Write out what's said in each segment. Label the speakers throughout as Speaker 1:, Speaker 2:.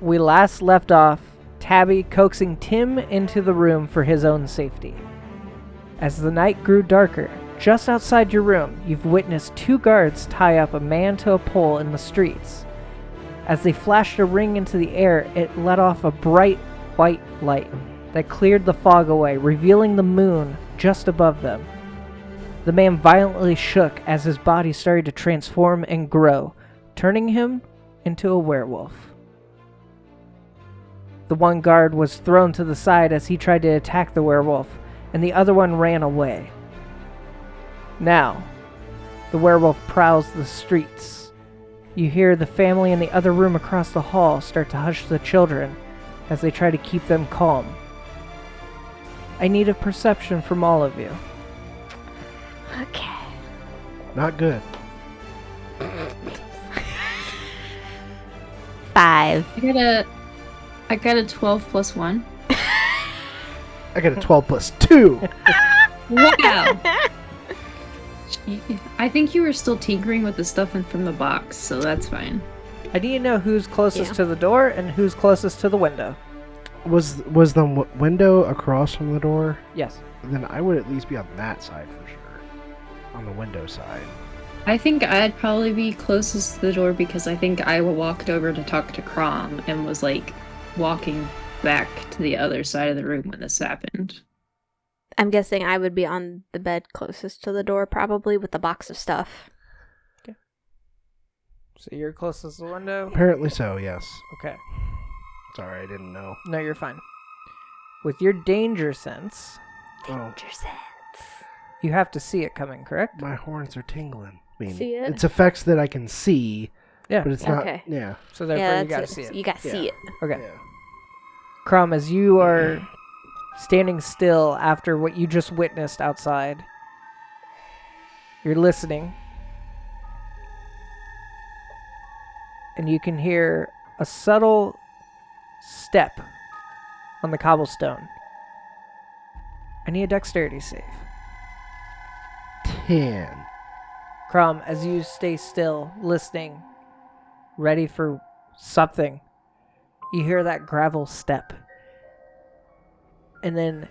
Speaker 1: we last left off Tabby coaxing Tim into the room for his own safety. As the night grew darker, just outside your room, you've witnessed two guards tie up a man to a pole in the streets. As they flashed a ring into the air, it let off a bright white light that cleared the fog away, revealing the moon just above them. The man violently shook as his body started to transform and grow, turning him into a werewolf. The one guard was thrown to the side as he tried to attack the werewolf, and the other one ran away. Now, the werewolf prowls the streets. You hear the family in the other room across the hall start to hush the children as they try to keep them calm. I need a perception from all of you.
Speaker 2: Okay.
Speaker 3: Not good.
Speaker 2: Five.
Speaker 4: I got a, I got a twelve plus one.
Speaker 3: I got a 12 plus 2.
Speaker 4: Wow. I think you were still tinkering with the stuff in from the box, so that's fine.
Speaker 1: I need to know who's closest
Speaker 2: Yeah.
Speaker 1: to the door and who's closest to the window.
Speaker 3: Was was the w- window across from the door?
Speaker 1: Yes.
Speaker 3: Then I would at least be on that side for sure. On the window side.
Speaker 4: I think I'd probably be closest to the door because I think I walked over to talk to Crom and was like walking back to the other side of the room when this happened.
Speaker 2: I'm guessing I would be on the bed closest to the door, probably with the box of stuff.
Speaker 1: So you're closest to the window?
Speaker 3: Apparently so, yes.
Speaker 1: Okay.
Speaker 3: Sorry, I didn't know.
Speaker 1: No, you're fine. With your danger sense,
Speaker 3: Oh,
Speaker 1: you have to see it coming, correct?
Speaker 3: my horns are tingling. I mean,
Speaker 2: See it?
Speaker 3: It's effects that I can see,
Speaker 1: Yeah.
Speaker 3: but it's not.
Speaker 2: Okay.
Speaker 3: Yeah.
Speaker 1: so therefore
Speaker 2: yeah,
Speaker 1: you gotta
Speaker 2: that's
Speaker 1: see it.
Speaker 2: You gotta see
Speaker 3: Yeah.
Speaker 2: it.
Speaker 1: Okay.
Speaker 3: Yeah.
Speaker 1: Crom, as you are standing still after what you just witnessed outside, you're listening. And you can hear a subtle step on the cobblestone. I need a dexterity save.
Speaker 3: 10.
Speaker 1: Crom, as you stay still, listening, ready for something, you hear that gravel step. And then,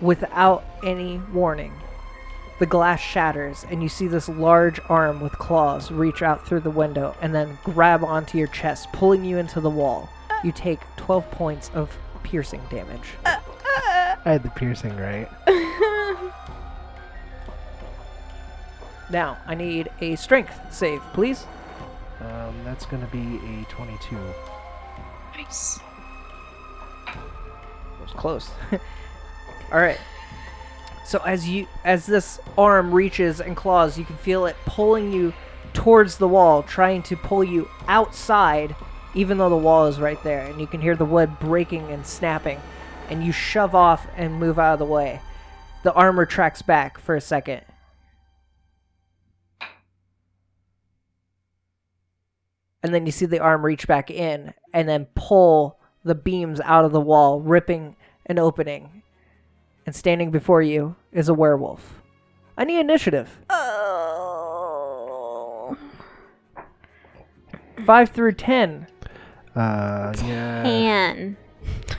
Speaker 1: without any warning, the glass shatters, and you see this large arm with claws reach out through the window and then grab onto your chest, pulling you into the wall. You take 12 points of piercing damage.
Speaker 3: I had the piercing, right?
Speaker 1: Now, I need a strength save, please.
Speaker 3: Um, that's going to be a 22.
Speaker 4: Nice.
Speaker 1: It was close. All right. So as you as this arm reaches and claws, you can feel it pulling you towards the wall, trying to pull you outside, even though the wall is right there, and you can hear the wood breaking and snapping, and you shove off and move out of the way. The arm retracts back for a second. And then you see the arm reach back in and then pull the beams out of the wall, ripping an opening. And standing before you is a werewolf. I need initiative.
Speaker 2: Oh.
Speaker 1: 5 through 10.
Speaker 3: Uh, yeah.
Speaker 2: Anne.
Speaker 3: I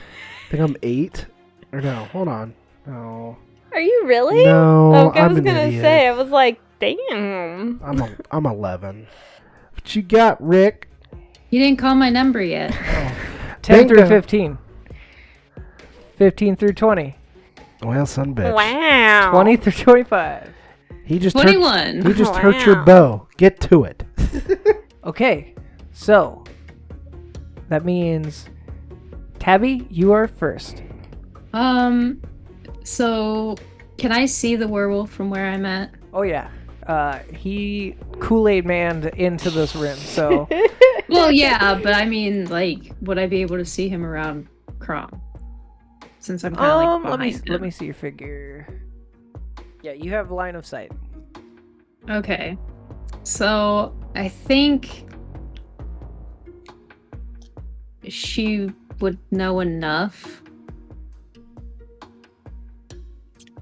Speaker 3: think I'm 8. Or no, hold on. No.
Speaker 2: Are you really? Oh,
Speaker 3: No,
Speaker 2: okay, I
Speaker 3: I'm
Speaker 2: was
Speaker 3: an
Speaker 2: gonna
Speaker 3: idiot.
Speaker 2: say, I was like, damn.
Speaker 3: I'm a, I'm 11. What you got, Rick?
Speaker 4: You didn't call my number yet.
Speaker 1: 10 through
Speaker 3: Bingo.
Speaker 1: 15. 15 through 20.
Speaker 3: Well, son of a bitch.
Speaker 2: Wow.
Speaker 1: 20 through 25.
Speaker 3: He just Hurt,
Speaker 4: 21.
Speaker 3: he just hurt your
Speaker 2: Wow.
Speaker 3: bow. Get to it.
Speaker 1: Okay, so that means Tabby, you are first.
Speaker 4: Um, so can I see the werewolf from where I'm at?
Speaker 1: Oh, yeah. Uh, he Kool Aid manned into this room, so
Speaker 4: Well, yeah, but I mean, like, would I be able to see him around Crom? Since I'm kind
Speaker 1: um,
Speaker 4: of like
Speaker 1: let me
Speaker 4: behind
Speaker 1: let
Speaker 4: him.
Speaker 1: me see your figure. Yeah, you have line of sight.
Speaker 4: Okay. So I think she would know enough.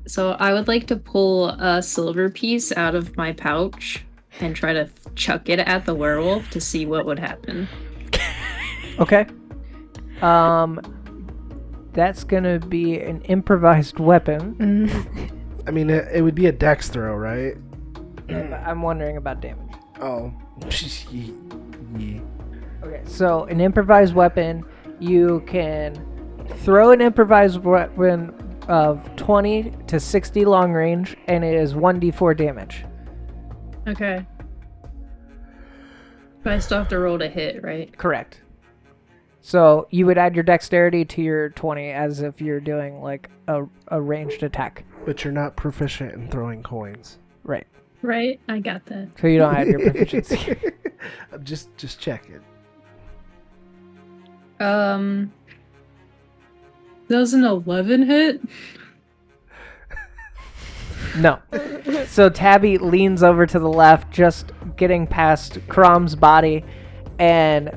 Speaker 4: So I would like to pull a silver piece out of my pouch and try to chuck it at the werewolf to see what would happen.
Speaker 1: Okay. Um, that's gonna be an improvised weapon.
Speaker 3: I mean, it, it would be a dex throw, right?
Speaker 1: but I'm wondering about damage.
Speaker 3: Oh. Ye- ye.
Speaker 1: Okay. So an improvised weapon, you can throw an improvised weapon of 20 to 60 long range, and it is 1d4 damage.
Speaker 4: Okay. But I still have to roll to hit, right?
Speaker 1: Correct. So you would add your dexterity to your 20 as if you're doing like a, a ranged attack.
Speaker 3: But you're not proficient in throwing coins.
Speaker 1: Right.
Speaker 4: Right? I got that.
Speaker 1: So you don't add your proficiency.
Speaker 3: I'm just just checking.
Speaker 4: Um does an eleven hit?
Speaker 1: No. So Tabby leans over to the left, just getting past Crom's body, and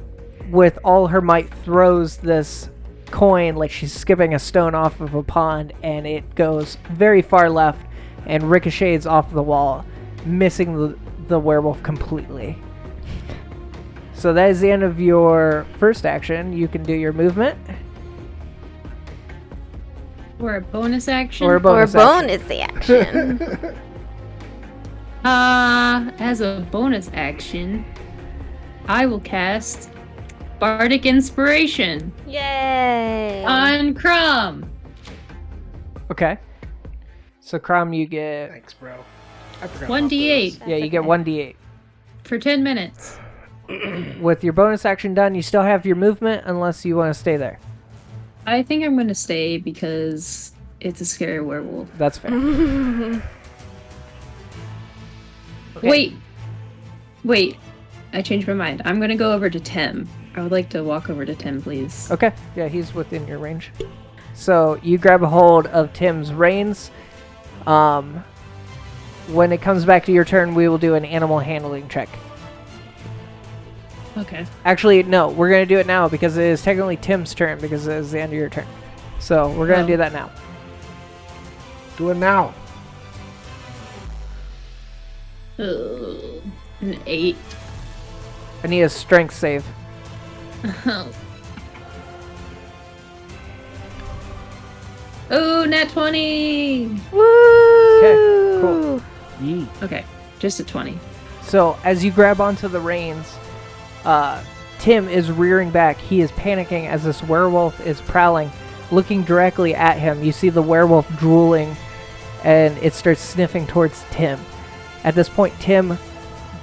Speaker 1: with all her might throws this coin like she's skipping a stone off of a pond, and it goes very far left and ricochets off the wall, missing the, the werewolf completely. So that is the end of your first action. You can do your movement
Speaker 4: Or a bonus action?
Speaker 1: or a
Speaker 2: Or
Speaker 1: bonus. action.
Speaker 2: bone is the action.
Speaker 4: Uh, as a bonus action, I will cast Bardic Inspiration
Speaker 2: Yay!
Speaker 4: on Crumb.
Speaker 1: Okay. So Crom, you get
Speaker 3: Thanks, bro. I forgot.
Speaker 4: One
Speaker 3: about
Speaker 4: D eight
Speaker 3: those.
Speaker 1: yeah, you get one d eight.
Speaker 4: for ten minutes.
Speaker 1: with your bonus action done, you still have your movement unless you want to stay there.
Speaker 4: I think I'm gonna stay because it's a scary werewolf.
Speaker 1: That's fair. Okay.
Speaker 4: Wait, wait, I changed my mind. I'm gonna go over to Tim. I would like to walk over to Tim, please.
Speaker 1: Okay. Yeah, he's within your range. So you grab a hold of Tim's reins. Um, when it comes back to your turn, we will do an animal handling check.
Speaker 4: Okay.
Speaker 1: Actually, no, we're going to do it now because it is technically Tim's turn because it is the end of your turn. So we're going to
Speaker 4: Oh.
Speaker 1: do that now.
Speaker 3: Do it now.
Speaker 4: Ugh, an eight.
Speaker 1: I need a strength save.
Speaker 4: Oh, nat twenty.
Speaker 1: Okay, cool.
Speaker 3: Ye.
Speaker 4: Okay, just a twenty.
Speaker 1: So as you grab onto the reins, uh, Tim is rearing back. He is panicking as this werewolf is prowling, looking directly at him. You see the werewolf drooling, and it starts sniffing towards Tim. At this point, Tim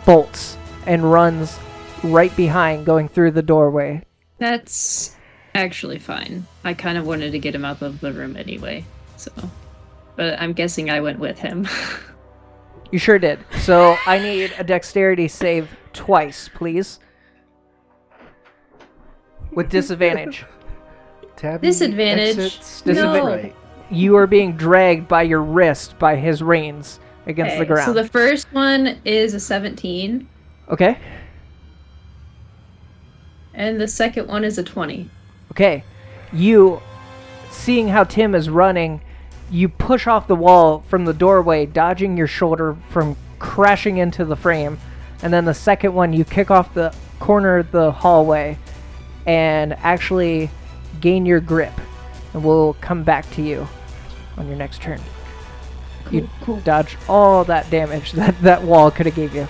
Speaker 1: bolts and runs right behind, going through the doorway.
Speaker 4: That's actually fine. I kind of wanted to get him out of the room anyway, so. But I'm guessing I went with him.
Speaker 1: You sure did. So I need a dexterity save twice, please. With disadvantage.
Speaker 3: Tabby
Speaker 4: Disadvantage.
Speaker 3: exits to the
Speaker 1: Disadvantage.
Speaker 3: right.
Speaker 1: you are being dragged by your wrist by his reins against the
Speaker 4: Okay,
Speaker 1: ground.
Speaker 4: So the first one is a 17,
Speaker 1: okay.
Speaker 4: and the second one is a 20.
Speaker 1: Okay. You seeing how Tim is running, you push off the wall from the doorway, dodging your shoulder from crashing into the frame. And then the second one, you kick off the corner of the hallway and actually gain your grip. And we'll come back to you on your next turn. you dodge all that damage that that wall could have gave you.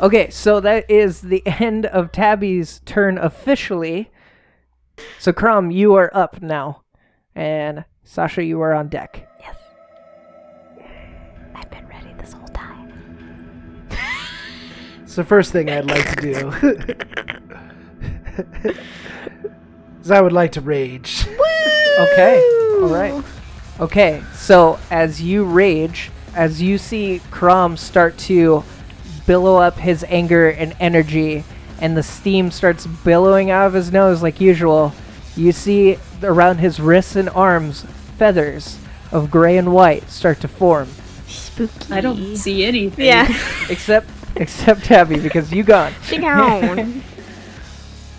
Speaker 1: Okay, so that is the end of Tabby's turn officially. So Crom, you are up now, and Sasha, you are on deck.
Speaker 2: Yes. I've been ready this whole time.
Speaker 3: So first thing I'd like to do is I would like to rage.
Speaker 1: Okay. All right. Okay. So as you rage, as you see Crom start to billow up his anger and energy, and the steam starts billowing out of his nose like usual, you see around his wrists and arms feathers of gray and white start to form.
Speaker 2: Spooky.
Speaker 4: I don't see anything.
Speaker 2: Yeah.
Speaker 1: Except, except Tabby, because you gone.
Speaker 2: she gone.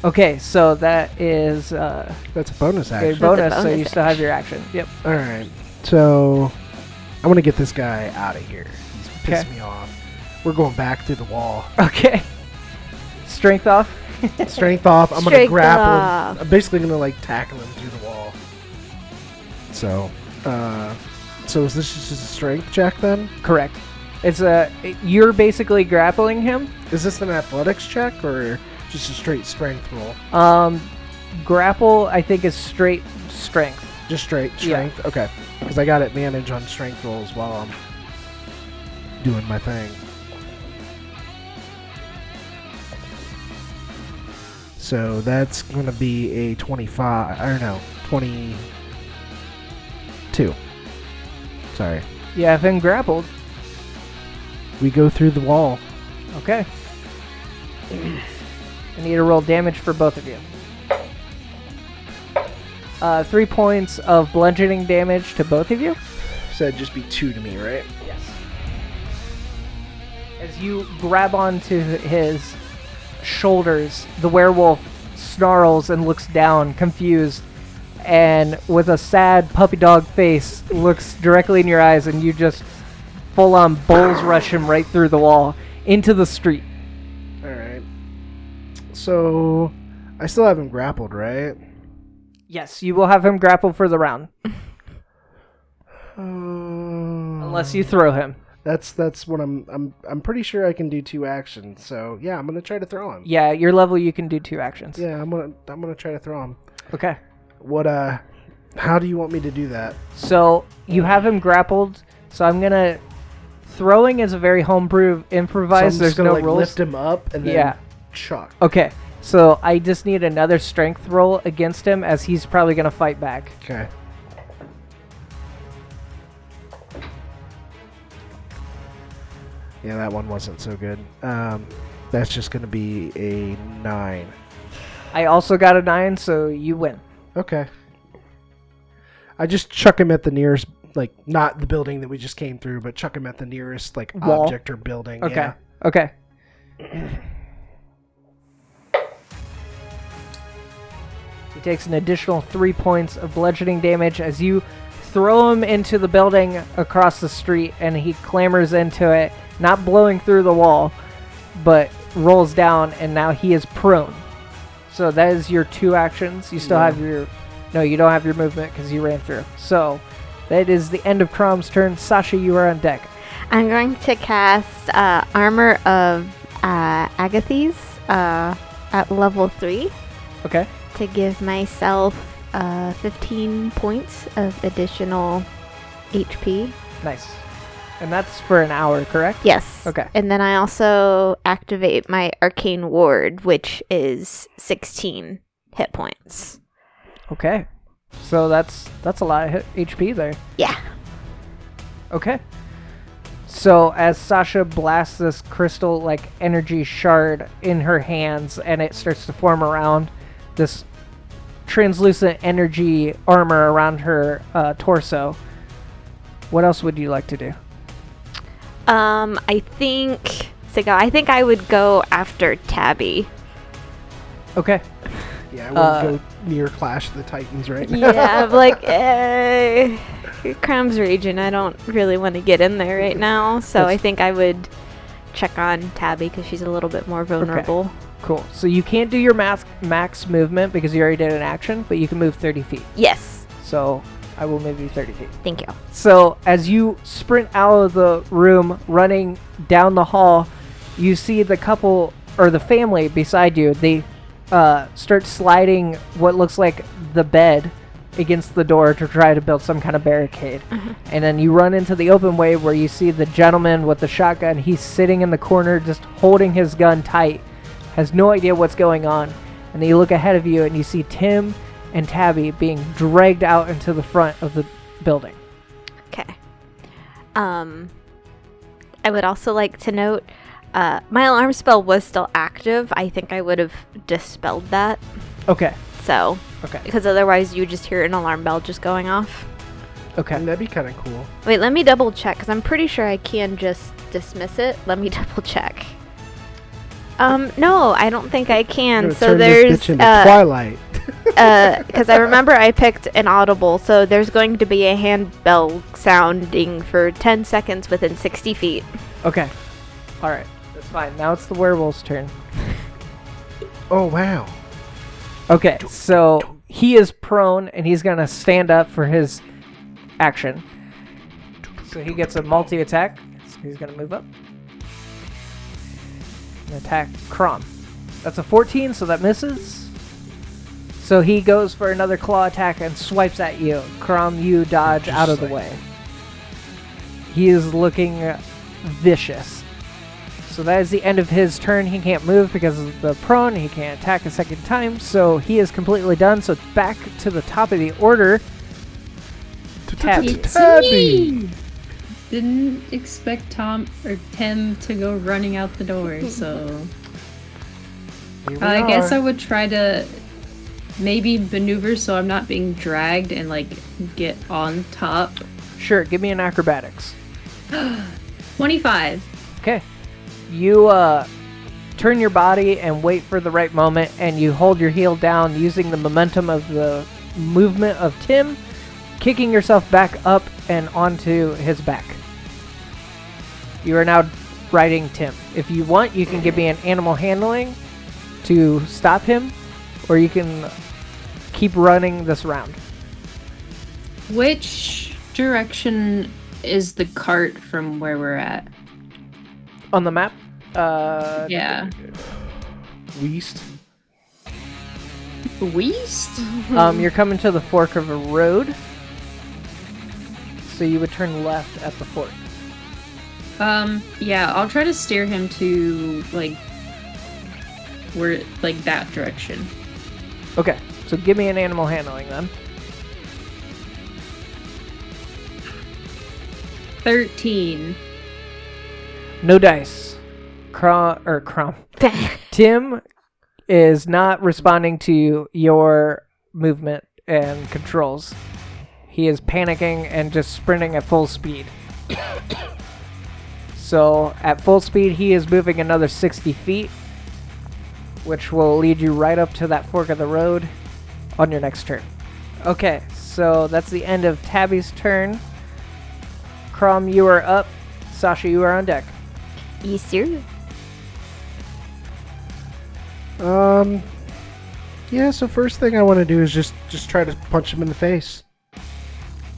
Speaker 1: Okay, so that is uh,
Speaker 3: That's a bonus
Speaker 1: a
Speaker 3: action.
Speaker 1: bonus, so
Speaker 2: bonus
Speaker 1: you still have your action. Yep.
Speaker 3: All right. So I want to get this guy out of here. He's pissed
Speaker 1: Okay.
Speaker 3: me off. We're going back through the wall.
Speaker 1: Okay. Strength off.
Speaker 3: Strength off. I'm gonna
Speaker 2: Strength
Speaker 3: grapple.
Speaker 2: off.
Speaker 3: I'm basically gonna like tackle him through the wall. So, uh, so is this just a strength check then?
Speaker 1: Correct. It's a you're basically grappling him.
Speaker 3: Is this an athletics check or just a straight strength roll?
Speaker 1: Um, grapple I think is straight strength.
Speaker 3: Just straight
Speaker 1: Yeah.
Speaker 3: strength. Okay, because I got advantage on strength rolls while I'm doing my thing. So that's gonna be a 25. I don't know, 22. Sorry.
Speaker 1: You have him grappled.
Speaker 3: We go through the wall.
Speaker 1: Okay. I need to roll damage for both of you. Uh, three points of bludgeoning damage to both of you.
Speaker 3: Said just be two to me, right?
Speaker 1: Yes. As you grab onto his shoulders, the werewolf snarls and looks down, confused, and with a sad puppy dog face, looks directly in your eyes, and you just full on bulls rush him right through the wall into the street.
Speaker 3: All right. So I still haven't grappled, right?
Speaker 1: Yes, you will have him grapple for the round, unless
Speaker 3: Unless
Speaker 1: you throw him.
Speaker 3: That's that's what I'm I'm I'm pretty sure I can do two actions. So yeah, I'm gonna try to throw him.
Speaker 1: Yeah, at your level, you can do two actions.
Speaker 3: Yeah, I'm gonna I'm gonna try to throw him.
Speaker 1: Okay.
Speaker 3: What uh, how do you want me to do that?
Speaker 1: So you have him grappled. So I'm gonna throwing is a very homebrew
Speaker 3: So I'm
Speaker 1: improvised.
Speaker 3: just
Speaker 1: There's
Speaker 3: gonna,
Speaker 1: no
Speaker 3: like,
Speaker 1: rules.
Speaker 3: Lift him up and then
Speaker 1: Yeah.
Speaker 3: chuck.
Speaker 1: Okay. So I just need another strength roll against him, as he's probably gonna fight back.
Speaker 3: Okay. Yeah, that one wasn't so good. Um, that's just gonna be a nine.
Speaker 1: I also got a nine, so you win.
Speaker 3: Okay. I just chuck him at the nearest, like not the building that we just came through, but chuck him at the nearest like
Speaker 1: Wall?
Speaker 3: object or building.
Speaker 1: Okay.
Speaker 3: yeah.
Speaker 1: Okay. he takes an additional three points of bludgeoning damage as you throw him into the building across the street, and he clambers into it, not blowing through the wall, but rolls down, and now he is prone. So that is your two actions. You still
Speaker 3: Yeah.
Speaker 1: have your. No, you don't have your movement because you ran through. So that is the end of Crom's turn. Sasha, you are on deck.
Speaker 2: I'm going to cast uh, Armor of uh, Agathys uh, at level 3
Speaker 1: Okay.
Speaker 2: to give myself uh, 15 points of additional HP.
Speaker 1: Nice. And that's for an hour, correct?
Speaker 2: Yes.
Speaker 1: Okay.
Speaker 2: And then I also activate my Arcane Ward, which is 16 hit points.
Speaker 1: Okay. So that's that's a lot of hit- HP there.
Speaker 2: Yeah.
Speaker 1: Okay. So as Sasha blasts this crystal like energy shard in her hands and it starts to form around this translucent energy armor around her uh, torso. What else would you like to do?
Speaker 2: Um, I think Siga, I think I would go after Tabby.
Speaker 1: Okay.
Speaker 3: Yeah, I wouldn't
Speaker 1: Uh,
Speaker 3: go near Clash of the Titans right now.
Speaker 2: Yeah, I'm like, eh, Crom's region. I don't really want to get in there right now, so I
Speaker 1: That's-
Speaker 2: think I would check on Tabby because she's a little bit more vulnerable.
Speaker 1: Cool. So you can't do your max max movement because you already did an action, but you can move 30 feet.
Speaker 2: Yes,
Speaker 1: So I will move you 30 feet.
Speaker 2: thank you.
Speaker 1: So as you sprint out of the room, running down the hall, you see the couple or the family beside you. They uh, start sliding what looks like the bed against the door to try to build some kind of barricade. And then you run into the open way where you see the gentleman with the shotgun. He's sitting in the corner, just holding his gun tight, has no idea what's going on. And then you look ahead of you and you see Tim and Tabby being dragged out into the front of the building.
Speaker 2: Okay. Um, I would also like to note, uh, my alarm spell was still active. I think I would have dispelled that.
Speaker 1: Okay.
Speaker 2: So,
Speaker 1: Okay.
Speaker 2: because otherwise you just hear an alarm bell just going off.
Speaker 1: Okay.
Speaker 3: And that'd be kind of cool.
Speaker 2: Wait, let me double check because I'm pretty sure I can just dismiss it. Let me double check. Um, no, I don't think I can.
Speaker 3: Gonna
Speaker 2: So
Speaker 3: turn this
Speaker 2: there's
Speaker 3: bitch into
Speaker 2: uh,
Speaker 3: Twilight.
Speaker 2: because I remember I picked an audible. So there's going to be a handbell sounding for 10 seconds within 60 feet.
Speaker 1: Okay. All right. That's fine. Now it's the werewolf's turn.
Speaker 3: Oh wow.
Speaker 1: Okay, so he is prone and he's gonna stand up for his action. So he gets a multi attack. So he's gonna move up. And attack Crom. That's a 14, so that misses. So he goes for another claw attack and swipes at you. Crom, you dodge
Speaker 3: Just
Speaker 1: out of the
Speaker 3: like-
Speaker 1: way. He is looking vicious. So that is the end of his turn. He can't move because of the prone. He can't attack a second time. So he is completely done. So it's back to the top of the order. Tabby.
Speaker 4: It's me! Didn't expect Tom or Tim to go running out the door, so
Speaker 3: Here we
Speaker 4: I guess
Speaker 3: are.
Speaker 4: I would try to maybe maneuver so I'm not being dragged and like get on top.
Speaker 1: Sure, give me an acrobatics.
Speaker 4: 25.
Speaker 1: Okay. You uh, turn your body and wait for the right moment, and you hold your heel down using the momentum of the movement of Tim, kicking yourself back up and onto his back. You are now riding Tim. If you want, you can give me an animal handling to stop him, or you can keep running this round.
Speaker 4: Which direction is the cart from where we're at?
Speaker 1: On the map, uh,
Speaker 4: Yeah.
Speaker 3: Weast.
Speaker 4: West?
Speaker 1: Um, you're coming to the fork of a road. So you would turn left at the fork.
Speaker 4: Um, yeah, I'll try to steer him to like where like that direction.
Speaker 1: Okay, so give me an animal handling then.
Speaker 4: 13.
Speaker 1: No dice. Crom or Crom. Tim is not responding to your movement and controls. He is panicking and just sprinting at full speed. so at full speed, he is moving another 60 feet, which will lead you right up to that fork of the road on your next turn. Okay, so that's the end of Tabby's turn. Crom, you are up. Sasha, you are on deck.
Speaker 2: You serious?
Speaker 3: Um. Yeah. So first thing I want to do is just just try to punch him in the face.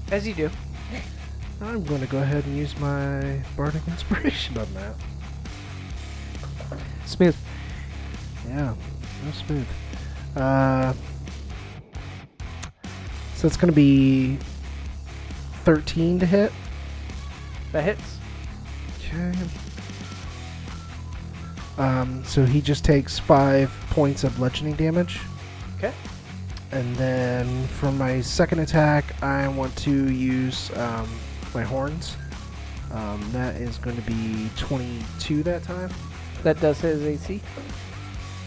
Speaker 1: As you do.
Speaker 3: I'm going to go ahead and use my bardic inspiration on that.
Speaker 1: Smooth.
Speaker 3: Yeah, real smooth. Uh, so it's going to be 13 to hit.
Speaker 1: That hits.
Speaker 3: Okay. Um, so he just takes five points of bludgeoning damage.
Speaker 1: Okay.
Speaker 3: And then for my second attack, I want to use um, my horns. Um, that is going to be 22 that time.
Speaker 1: That does his AC.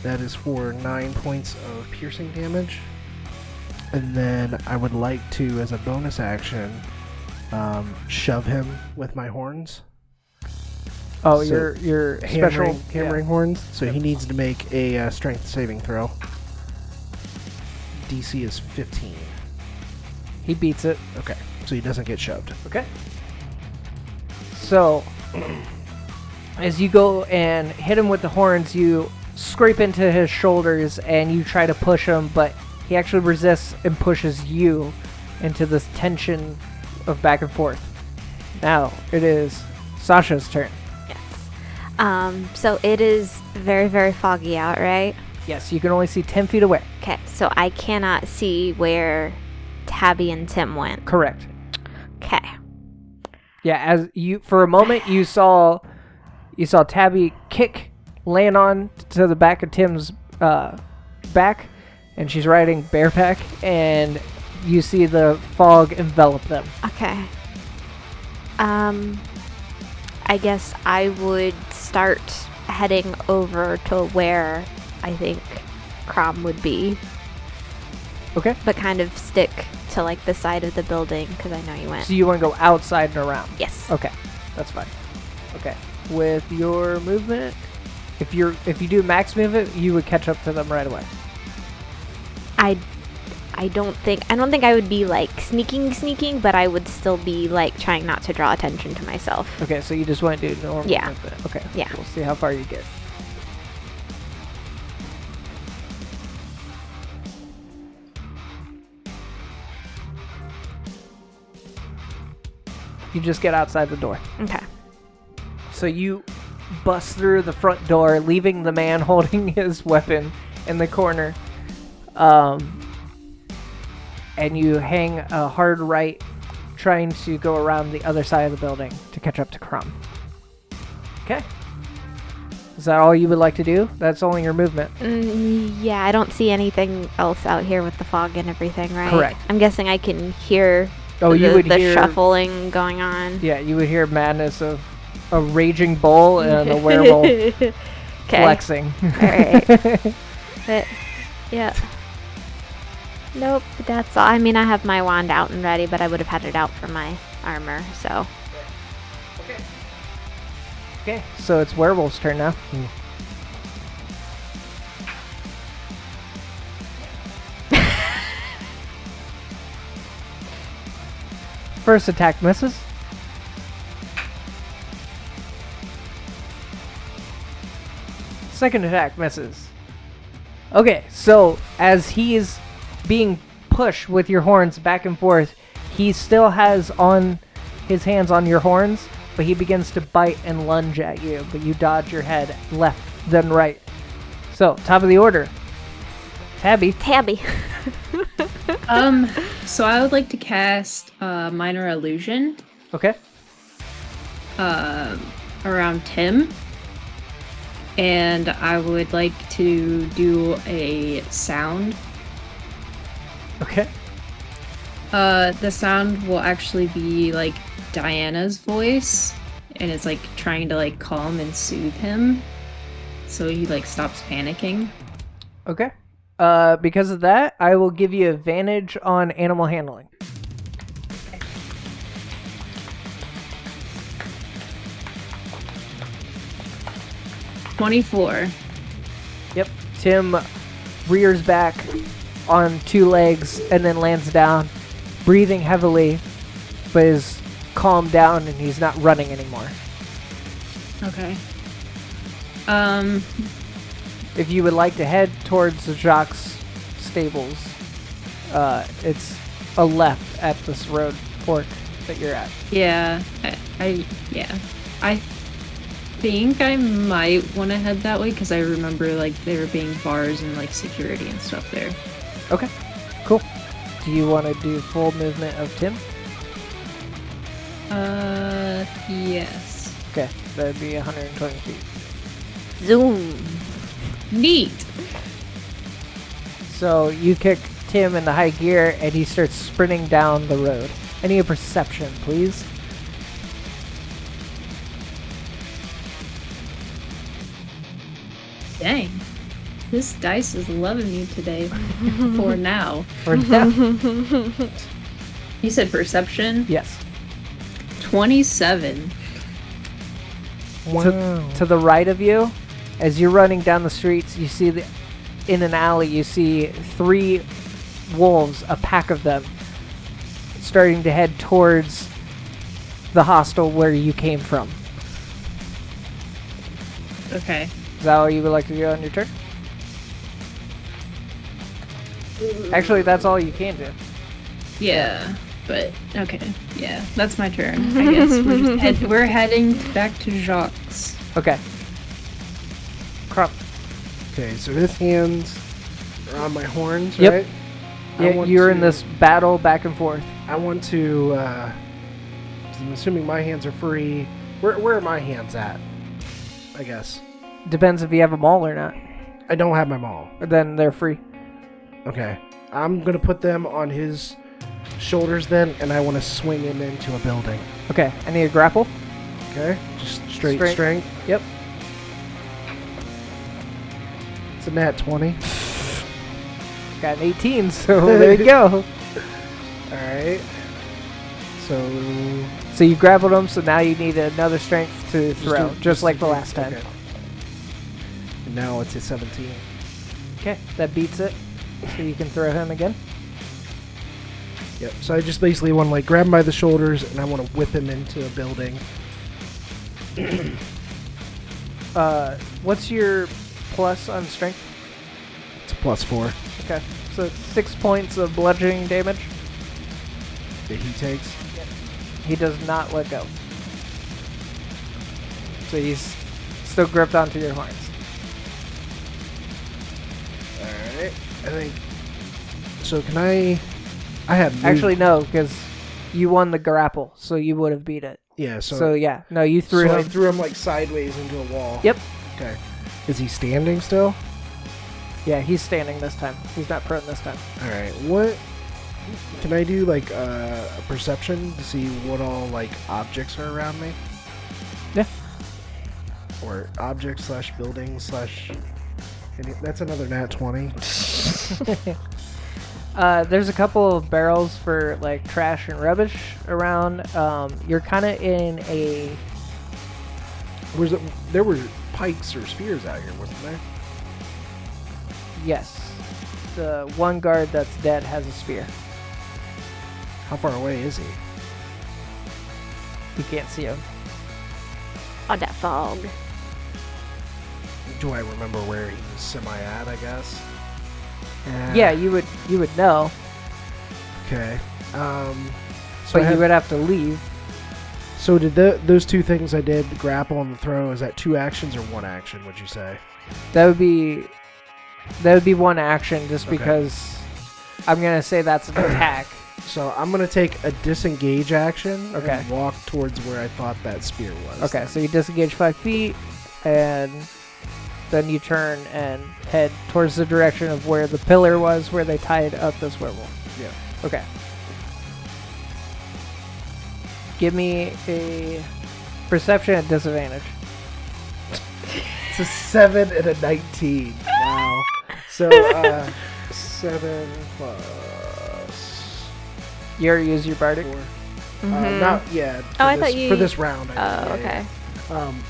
Speaker 3: That is for nine points of piercing damage. And then I would like to, as a bonus action, um, shove him with my horns.
Speaker 1: Oh,
Speaker 3: So,
Speaker 1: your your special
Speaker 3: Hammering, hammering horns. So he needs to make a uh, strength saving throw. DC is 15.
Speaker 1: yeah. He beats it.
Speaker 3: Okay. So he doesn't get shoved.
Speaker 1: Okay. So, as you go and hit him with the horns, you scrape into his shoulders and you try to push him, but he actually resists and pushes you into this tension of back and forth. Now it is Sasha's turn.
Speaker 2: Yes. Um, so it is very, very foggy out, right?
Speaker 1: Yes, you can only see ten feet away.
Speaker 2: Okay, so I cannot see where Tabby and Tim went.
Speaker 1: Correct.
Speaker 2: Okay.
Speaker 1: Yeah, as you for a moment you saw you saw Tabby kick land on to the back of Tim's uh, back, and she's riding bareback, and you see the fog envelop them.
Speaker 2: Okay. Um, I guess I would start heading over to where I think Crom would be,
Speaker 1: Okay,
Speaker 2: but kind of stick to like the side of the building because I know you went.
Speaker 1: so you want to go outside and around.
Speaker 2: yes.
Speaker 1: Okay, that's fine. Okay, with your movement, if you're if you do max movement, you would catch up to them right away.
Speaker 2: I, I don't think I don't think I would be like sneaking, sneaking, but I would still be like trying not to draw attention to myself.
Speaker 1: Okay, so you just want to do normal
Speaker 2: Yeah.
Speaker 1: movement. Okay.
Speaker 2: Yeah.
Speaker 1: We'll see how far you get. You just get outside the door.
Speaker 2: Okay.
Speaker 1: So you bust through the front door, leaving the man holding his weapon in the corner. Um, and you hang a hard right, trying to go around the other side of the building to catch up to Crumb. Okay. Is that all you would like to do? That's only your movement.
Speaker 2: Mm, yeah, I don't see anything else out here with the fog and everything, right?
Speaker 1: Correct.
Speaker 2: I'm guessing I can hear
Speaker 1: Oh,
Speaker 2: the,
Speaker 1: you would
Speaker 2: the
Speaker 1: hear.
Speaker 2: shuffling going on.
Speaker 1: Yeah, you would hear madness of a raging bull and a werewolf
Speaker 2: okay.
Speaker 1: flexing.
Speaker 2: Alright. But, yeah. Nope, that's all. I mean, I have my wand out and ready, but I would have had it out for my armor, so.
Speaker 1: Okay, so it's werewolf's turn now. Hmm. First attack misses. Second attack misses. Okay, so as he is being pushed with your horns back and forth, he still has on his hands on your horns, but he begins to bite and lunge at you, but you dodge your head left, then right. So, top of the order. Tabby.
Speaker 2: Tabby.
Speaker 4: Um, so I would like to cast uh, minor illusion
Speaker 1: Okay.
Speaker 4: um around Tim, and I would like to do a sound.
Speaker 1: Okay.
Speaker 4: Uh, the sound will actually be like Diana's voice, and it's like trying to like calm and soothe him, so he like stops panicking.
Speaker 1: Okay. Uh, because of that, I will give you advantage on animal handling.
Speaker 4: Twenty-four.
Speaker 1: Yep. Tim rears back on two legs and then lands down, breathing heavily, but is calmed down and he's not running anymore.
Speaker 4: Okay. Um,
Speaker 1: If you would like to head towards the Jacques stables, uh, it's a left at this road fork that you're at.
Speaker 4: Yeah, I, I yeah, I think I might want to head that way because I remember like there being bars and like security and stuff there.
Speaker 1: Okay, cool. Do you want to do full movement of Tim?
Speaker 4: Uh, yes.
Speaker 1: Okay, that'd be 120 feet.
Speaker 2: Zoom.
Speaker 4: Neat.
Speaker 1: So you kick Tim in the high gear and he starts sprinting down the road. I need a perception, please.
Speaker 4: Dang, this dice is loving me today. for now,
Speaker 1: Or no.
Speaker 4: you said perception.
Speaker 1: yes.
Speaker 4: Twenty-seven.
Speaker 1: to, to the right of you, as you're running down the streets, you see the, in an alley, you see three wolves, a pack of them, starting to head towards the hostel where you came from.
Speaker 4: Okay.
Speaker 1: Is that all you would like to do on your turn? Actually, that's all you can do.
Speaker 4: Yeah. But okay. Yeah, that's my turn. I guess we're, just head- we're heading back to Jacques.
Speaker 1: Okay. Crump.
Speaker 3: Okay, so his hands are on my horns,
Speaker 1: Yep.
Speaker 3: right? I
Speaker 1: Yeah,
Speaker 3: want
Speaker 1: you're in
Speaker 3: to-
Speaker 1: this battle back and forth.
Speaker 3: I want to. Uh, 'cause I'm assuming my hands are free. Where, where are my hands at? I guess.
Speaker 1: Depends if you have them all or not.
Speaker 3: I don't have my maul.
Speaker 1: Then they're free.
Speaker 3: Okay. I'm going to put them on his shoulders then, and I want to swing him into a building.
Speaker 1: Okay, I need a grapple.
Speaker 3: Okay? Just straight
Speaker 1: Strength.
Speaker 3: strength.
Speaker 1: Yep.
Speaker 3: It's a nat 20.
Speaker 1: Got an 18, so there you go.
Speaker 3: Alright. So.
Speaker 1: So you grappled him, so now you need another strength to
Speaker 3: do-
Speaker 1: throw, just, like the
Speaker 3: do-
Speaker 1: last time.
Speaker 3: okay. And now it's a 17.
Speaker 1: Okay. that beats it. So you can throw him again.
Speaker 3: Yep. So I just basically want to like grab him by the shoulders and I want to whip him into a building.
Speaker 1: Uh, what's your plus on strength?
Speaker 3: It's a plus four
Speaker 1: Okay, so six points of bludgeoning damage.
Speaker 3: that he takes.
Speaker 1: He does not let go. So he's still gripped onto your horns.
Speaker 3: Alright. I think. So can I. I had. moved-
Speaker 1: Actually, no, because you won the grapple, so you would have beat it.
Speaker 3: Yeah, so.
Speaker 1: So, yeah, no, you threw
Speaker 3: so I
Speaker 1: him.
Speaker 3: threw him like sideways into a wall.
Speaker 1: Yep.
Speaker 3: Okay. Is he standing still?
Speaker 1: Yeah, he's standing this time. He's not prone this time.
Speaker 3: All right. What can I do? Like uh, a perception to see what all like objects are around me,
Speaker 1: Yeah.
Speaker 3: or objects slash buildings slash. any- That's another nat twenty.
Speaker 1: Uh, there's a couple of barrels for like trash and rubbish around. Um, you're kind of in a
Speaker 3: Was it, there were pikes or spears out here, wasn't there?
Speaker 1: yes. The one guard that's dead has a spear.
Speaker 3: How far away is he?
Speaker 1: You can't see him.
Speaker 2: on that fog.
Speaker 3: Do I remember where he was semi at? I guess. Ah.
Speaker 1: Yeah, you would you would know,
Speaker 3: Okay. Um. So
Speaker 1: but
Speaker 3: I
Speaker 1: you
Speaker 3: have-
Speaker 1: would have to leave.
Speaker 3: So did tho- those two things I did, the grapple and the throw, is that two actions or one action? Would you say?
Speaker 1: That would be that would be one action just
Speaker 3: Okay.
Speaker 1: because I'm gonna say that's an attack.
Speaker 3: So I'm gonna take a disengage action
Speaker 1: Okay.
Speaker 3: and walk towards where I thought that spear was.
Speaker 1: Okay, so you disengage five feet and then you turn and head towards the direction of where the pillar was where they tied up this werewolf.
Speaker 3: Yeah.
Speaker 1: Okay. Give me a perception at disadvantage.
Speaker 3: It's a seven and a nineteen. Wow. so uh, seven uh, plus
Speaker 1: You already used your bardic.
Speaker 3: 4 Uh, not yeah. for
Speaker 2: Mm-hmm. Oh, I
Speaker 3: this-
Speaker 2: thought you-
Speaker 3: for this round. I
Speaker 2: Oh,
Speaker 3: think, yeah,
Speaker 2: okay.
Speaker 3: yeah. Um.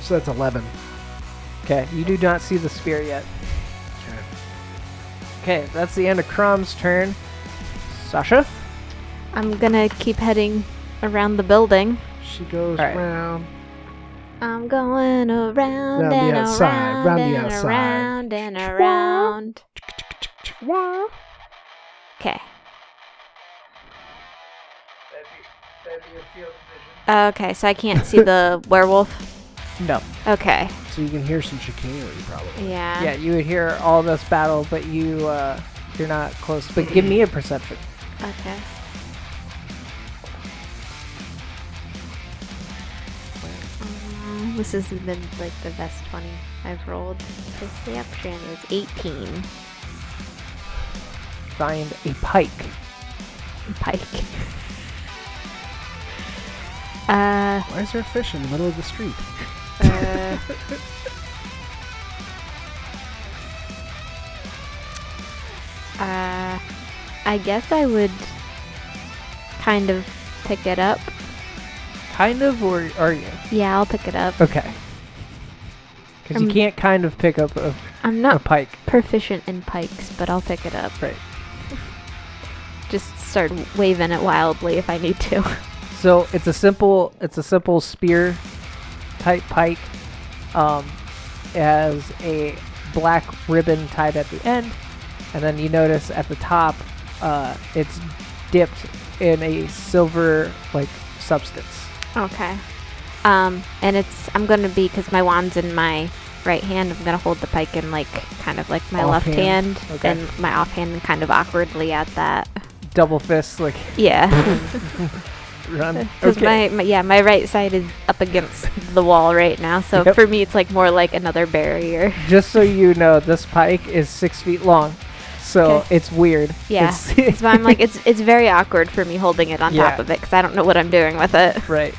Speaker 3: So that's eleven.
Speaker 1: Okay, you do not see the spear yet.
Speaker 3: Okay.
Speaker 1: Okay, that's the end of Crom's turn. Sasha?
Speaker 2: I'm gonna keep heading around the building.
Speaker 3: She goes
Speaker 1: All right.
Speaker 3: round.
Speaker 2: I'm going around
Speaker 3: the
Speaker 2: and
Speaker 3: outside,
Speaker 2: around,
Speaker 3: round the
Speaker 2: and
Speaker 3: outside.
Speaker 2: around and around. Okay. Okay, so I can't see the werewolf.
Speaker 1: No.
Speaker 2: Okay.
Speaker 3: So you can hear some chicanery probably.
Speaker 2: Yeah.
Speaker 1: Yeah, you would hear all this battle, but you uh, you're not close. But give me a perception.
Speaker 2: Okay. Um, This has been like the best 20 I've rolled. This reaction is 18.
Speaker 1: Find a pike.
Speaker 2: Pike. Uh,
Speaker 3: Why is there a fish in the middle of the street?
Speaker 2: uh. uh. I guess I would kind of pick it up.
Speaker 1: Kind of, or are you?
Speaker 2: Yeah, I'll pick it up.
Speaker 1: Okay. Because you
Speaker 2: Um,
Speaker 1: can't kind of pick up a,
Speaker 2: I'm
Speaker 1: a
Speaker 2: not
Speaker 1: pike.
Speaker 2: proficient in pikes, but I'll pick it up.
Speaker 1: uh, Right.
Speaker 2: Just start waving it wildly if I need to.
Speaker 1: So it's a simple it's a simple spear type pike. Um, it has a black ribbon tied at the end, and then you notice at the top, uh, it's dipped in a silver like substance.
Speaker 2: Okay. Um, and it's I'm gonna be because my wand's in my right hand. I'm gonna hold the pike in like kind of like my left
Speaker 1: Offhand.
Speaker 2: hand,
Speaker 1: Okay.
Speaker 2: and my offhand kind of awkwardly at that.
Speaker 1: Double fist like
Speaker 2: Yeah,
Speaker 1: run.
Speaker 2: because my, my yeah my right side is up against the wall right now. So
Speaker 1: Yep.
Speaker 2: for me, it's like more like another barrier.
Speaker 1: Just so you know, this pike is six feet long, so
Speaker 2: Okay.
Speaker 1: it's weird.
Speaker 2: Yeah.
Speaker 1: It's-
Speaker 2: so I'm like it's it's very awkward for me holding it on top
Speaker 1: Yeah.
Speaker 2: of it because I don't know what I'm doing with it.
Speaker 1: Right.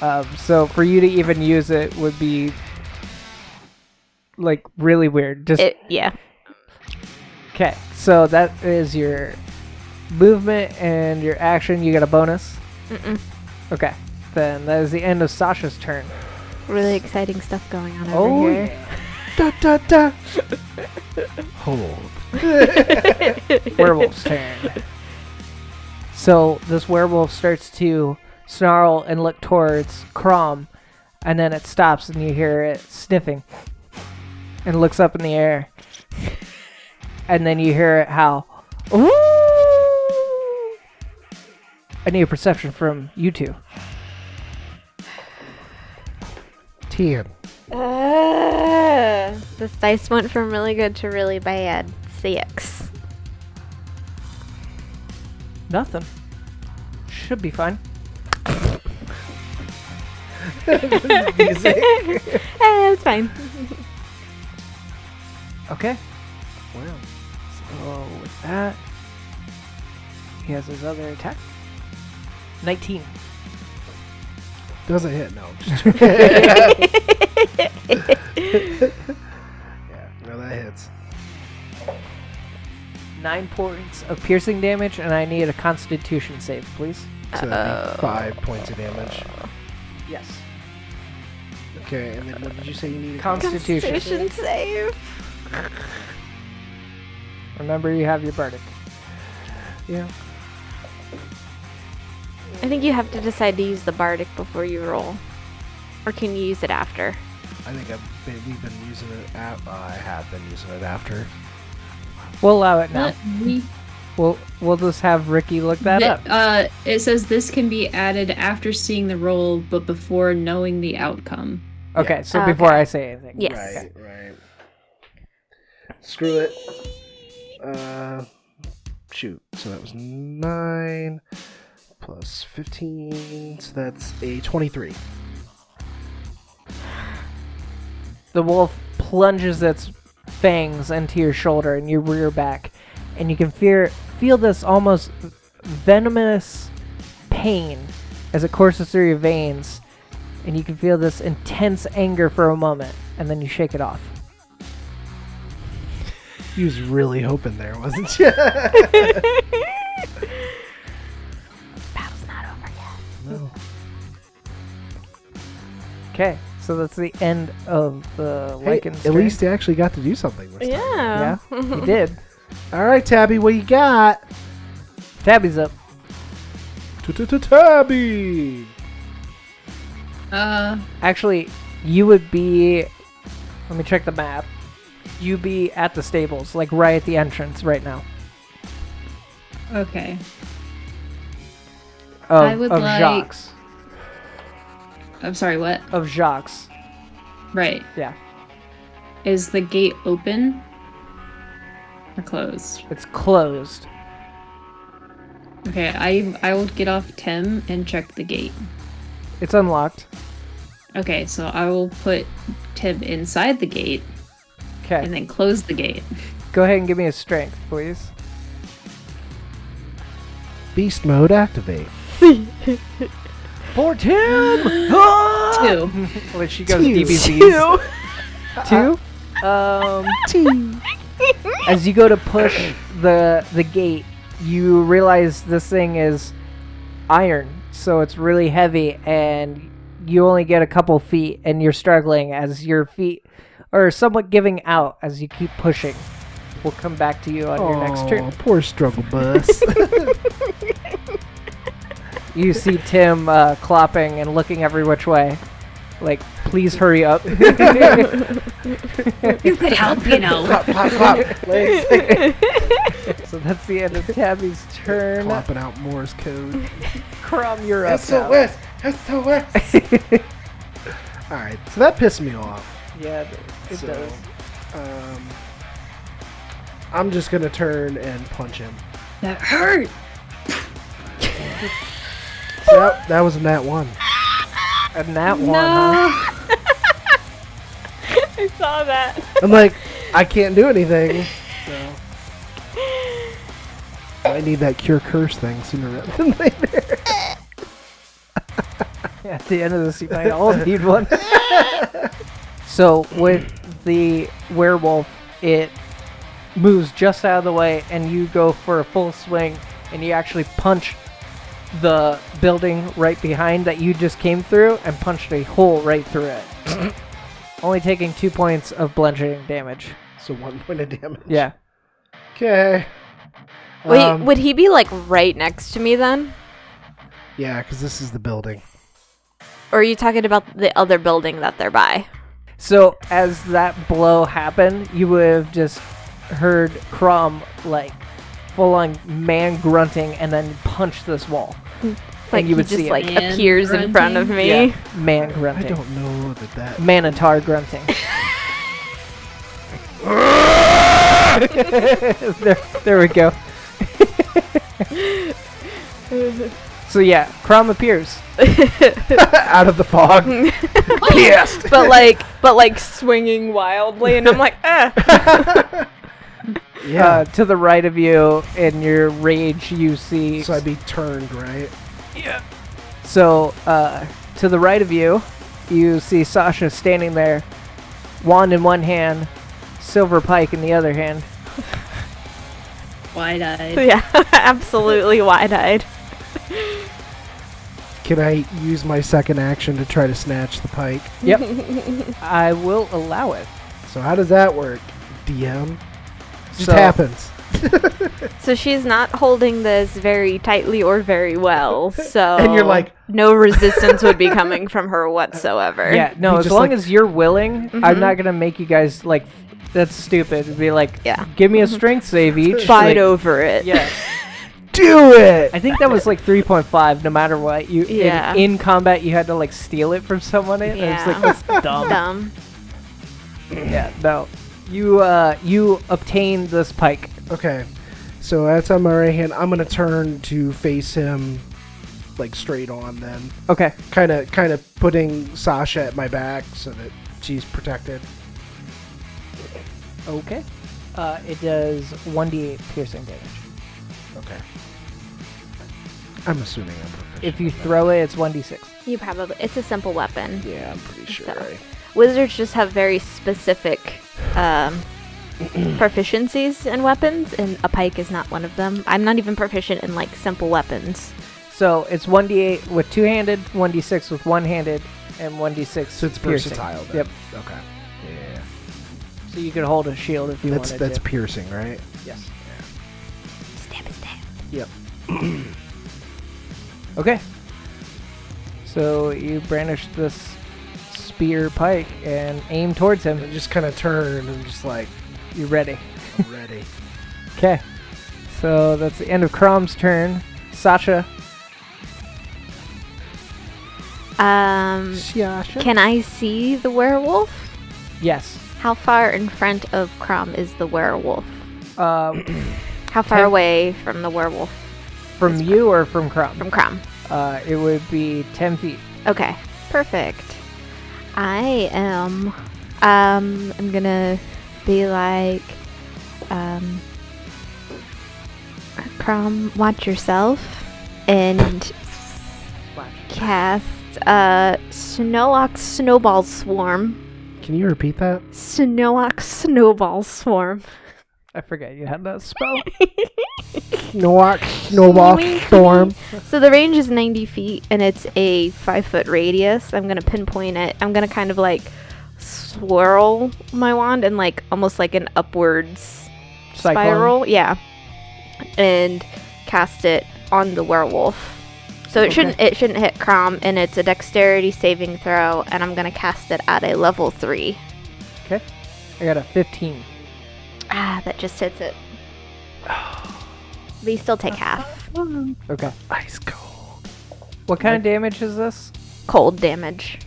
Speaker 1: Um, so for you to even use it would be like really weird. Just
Speaker 2: It yeah
Speaker 1: okay. So that is your movement and your action. You get a bonus.
Speaker 2: Mm-mm.
Speaker 1: Okay. Then that is the end of Sasha's turn.
Speaker 2: really exciting stuff going on over
Speaker 1: Oh,
Speaker 2: here.
Speaker 3: Da da da. Hold.
Speaker 1: werewolf's turn. So this werewolf starts to snarl and look towards Crom, and then it stops, and you hear it sniffing, and looks up in the air, and then you hear it howl, "Ooh!" I need a perception from you two.
Speaker 3: Ten.
Speaker 2: Uh, this dice went from really good to really bad. Six.
Speaker 1: Nothing. Should be fine.
Speaker 3: Music.
Speaker 2: Eh, it's fine.
Speaker 1: Okay.
Speaker 3: wow.
Speaker 1: So with that, he has his other attack. 19.
Speaker 3: Doesn't hit. No. I'm just joking. yeah. No, that hits.
Speaker 1: Nine points of piercing damage, and I need a Constitution save, please.
Speaker 3: So that'd be five points of damage.
Speaker 1: Yes.
Speaker 3: Okay, and then what did you say you needed?
Speaker 1: Constitution.
Speaker 2: Constitution save.
Speaker 1: Remember, you have your bardic.
Speaker 3: yeah.
Speaker 2: I think you have to decide to use the bardic before you roll, or can you use it after?
Speaker 3: I think I've been, we've been using it. At, I have been using it after.
Speaker 1: We'll allow it now.
Speaker 4: We-
Speaker 1: We'll we'll just have Ricky look that
Speaker 4: Th-
Speaker 1: up.
Speaker 4: Uh, it says this can be added after seeing the roll, but before knowing the outcome.
Speaker 1: Okay, so
Speaker 2: uh, Okay.
Speaker 1: before I say anything.
Speaker 2: Yes.
Speaker 3: Right. Right. Screw it. Uh, shoot. So that was nine plus fifteen. So that's a twenty-three.
Speaker 1: The wolf plunges its fangs into your shoulder and your rear back, and you can fear, feel this almost venomous pain as it courses through your veins, and you can feel this intense anger for a moment, and then you shake it off.
Speaker 3: He was really hoping there, wasn't you?
Speaker 2: Battle's not over yet.
Speaker 3: no.
Speaker 1: Okay, so that's the end of the
Speaker 3: Hey,
Speaker 1: Lycan's
Speaker 3: at
Speaker 1: turn.
Speaker 3: least he actually got to do something. This time.
Speaker 1: yeah,
Speaker 2: Yeah.
Speaker 1: you did.
Speaker 3: All right, Tabby. What you got?
Speaker 1: Tabby's up.
Speaker 3: Tabby.
Speaker 4: Uh,
Speaker 1: Actually, you would be. Let me check the map. You'd be at the stables, like right at the entrance right now.
Speaker 4: okay.
Speaker 1: Of,
Speaker 4: I would
Speaker 1: of
Speaker 4: like-
Speaker 1: Jacques.
Speaker 4: I'm sorry, what?
Speaker 1: Of Jacques.
Speaker 4: Right.
Speaker 1: Yeah.
Speaker 4: Is the gate open or closed?
Speaker 1: It's closed.
Speaker 4: Okay, I I will get off Tim and check the gate.
Speaker 1: It's unlocked.
Speaker 4: Okay, so I will put Tim inside the gate
Speaker 1: Okay.
Speaker 4: and then close the gate.
Speaker 1: Go ahead and give me a strength, please.
Speaker 3: Beast mode activate.
Speaker 1: 14! ah!
Speaker 4: Two.
Speaker 1: Well, she goes
Speaker 3: Two.
Speaker 1: DBZ. Two. Two? Um. as you go to push the the gate, you realize this thing is iron, so it's really heavy, and you only get a couple feet, and you're struggling as your feet are somewhat giving out as you keep pushing. We'll come back to you on your next
Speaker 3: Aw,
Speaker 1: turn.
Speaker 3: Poor struggle bus.
Speaker 1: You see Tim uh, clopping and looking every which way, like, please hurry up.
Speaker 4: You could help, you know.
Speaker 3: Pop, pop, pop. Legs.
Speaker 1: so that's the end of Tabby's turn.
Speaker 3: Plopping out Morse code.
Speaker 1: Crom, you're up. now.
Speaker 3: SOS. All right, so that pissed me off.
Speaker 1: Yeah, it
Speaker 3: So,
Speaker 1: does.
Speaker 3: Um, I'm just gonna turn and punch him.
Speaker 4: That hurt.
Speaker 3: So that, that was a nat one.
Speaker 1: And that one, huh?
Speaker 2: I saw that.
Speaker 3: I'm like, I can't do anything. So I need that cure curse thing sooner rather than later.
Speaker 1: At the end of this, you might all need one. so with the werewolf, it moves just out of the way, and you go for a full swing, and you actually punch the building right behind that you just came through, and punched a hole right through it. Only taking two points of bludgeoning damage.
Speaker 3: So one point of damage.
Speaker 1: Yeah.
Speaker 3: Okay.
Speaker 2: Wait,
Speaker 3: Um,
Speaker 2: would he be like right next to me then?
Speaker 3: Yeah, because this is the building.
Speaker 2: Or are you talking about the other building that they're by?
Speaker 1: So as that blow happened, you would have just heard Crom like full on man grunting and then punch this wall.
Speaker 2: Like
Speaker 1: you would
Speaker 2: he just
Speaker 1: see it.
Speaker 2: like
Speaker 4: Man
Speaker 2: appears in front of
Speaker 4: grunting?
Speaker 2: me.
Speaker 1: Yeah, man
Speaker 3: I
Speaker 1: grunting.
Speaker 3: don't know that that.
Speaker 1: Manitar grunting. there, there we go. so yeah, Crom appears out of the fog. Pissed.
Speaker 2: but like, but like swinging wildly, and I'm like, ah.
Speaker 3: Yeah.
Speaker 1: Uh, to the right of you, in your rage, you see.
Speaker 3: so I'd be turned, right?
Speaker 1: So, uh, to the right of you, you see Sasha standing there, wand in one hand, silver pike in the other hand.
Speaker 4: Wide eyed.
Speaker 2: yeah, absolutely wide-eyed.
Speaker 3: Can I use my second action to try to snatch the pike?
Speaker 1: Yep. I will allow it.
Speaker 3: So how does that work, DM? Just
Speaker 1: So-
Speaker 3: happens.
Speaker 2: So she's not holding this very tightly or very well. So
Speaker 3: And you're like-
Speaker 2: no resistance would be coming from her whatsoever.
Speaker 1: Yeah, no,
Speaker 3: You
Speaker 1: as
Speaker 3: just,
Speaker 1: long
Speaker 3: like-
Speaker 1: as you're willing,
Speaker 2: Mm-hmm.
Speaker 1: I'm not going to make you guys, like, that's stupid. It'd be like,
Speaker 2: Yeah. Mm-hmm.
Speaker 1: give me a strength save each.
Speaker 2: Fight
Speaker 1: like-
Speaker 2: over it.
Speaker 1: Yeah.
Speaker 3: Do it.
Speaker 1: I think that was like 3.5 no matter what. You in-
Speaker 2: Yeah.
Speaker 1: in, combat you had to like steal it from someone. It was like
Speaker 2: Yeah.
Speaker 1: that's dumb.
Speaker 2: Dumb.
Speaker 1: Yeah, no. You uh you obtain this pike.
Speaker 3: Okay. So that's on my right hand. I'm gonna turn to face him, like straight on. Then
Speaker 1: Okay.
Speaker 3: kind of, kind of putting Sasha at my back so that she's protected.
Speaker 1: Okay. Uh, it does 1d8 piercing damage.
Speaker 3: Okay. I'm assuming I'm proficient.
Speaker 1: If you throw it, it's 1d6.
Speaker 2: You probably it's a simple weapon.
Speaker 3: yeah, I'm pretty sure.
Speaker 2: So-
Speaker 3: I-
Speaker 2: Wizards just have very specific um, proficiencies in weapons, and a pike is not one of them. I'm not even proficient in like simple weapons.
Speaker 1: So it's 1d8 with two handed, 1d6 with one handed, and 1d6.
Speaker 3: So it's
Speaker 1: piercing.
Speaker 3: versatile. Then.
Speaker 1: Yep.
Speaker 3: Okay. Yeah.
Speaker 1: So you could hold a shield if you
Speaker 3: That's
Speaker 1: wanted
Speaker 3: that's
Speaker 1: to.
Speaker 3: piercing, right?
Speaker 1: yes.
Speaker 2: Stab, stab.
Speaker 3: Yep.
Speaker 1: Okay. So you brandish this spear pike and aim towards
Speaker 3: And
Speaker 1: him.
Speaker 3: just kind of turn and just like
Speaker 1: You're ready.
Speaker 3: ready.
Speaker 1: Okay. So that's the end of Crom's turn. Sasha.
Speaker 2: Um,
Speaker 3: Sasha.
Speaker 2: can I see the werewolf?
Speaker 1: Yes.
Speaker 2: How far in front of Crom is the werewolf?
Speaker 1: Uh,
Speaker 2: How far
Speaker 1: Ten-
Speaker 2: away from the werewolf
Speaker 1: from you or from Crom?
Speaker 2: from Crom?
Speaker 1: Uh, it would be 10 feet.
Speaker 2: Okay, perfect. I am. Um, I'm gonna be like, um, Crom, watch yourself, and cast uh Snowox Snowball Swarm.
Speaker 3: Can you repeat that?
Speaker 2: Snowox Snowball Swarm.
Speaker 1: I forget you had that spell.
Speaker 3: Noak, Snowball, Storm.
Speaker 2: So the range is 90 feet and it's a five foot radius. I'm gonna pinpoint it. I'm gonna kind of like swirl my wand and like almost like an upwards
Speaker 1: Cyclone.
Speaker 2: spiral. Yeah. And cast it on the werewolf. So it shouldn't it shouldn't hit Crom and it's a dexterity saving throw and I'm gonna cast it at a level three.
Speaker 1: Okay. I got a 15.
Speaker 2: Ah, that just hits it. But you still take half.
Speaker 1: Okay.
Speaker 3: Ice cold.
Speaker 1: What kind of damage is this?
Speaker 2: Cold damage.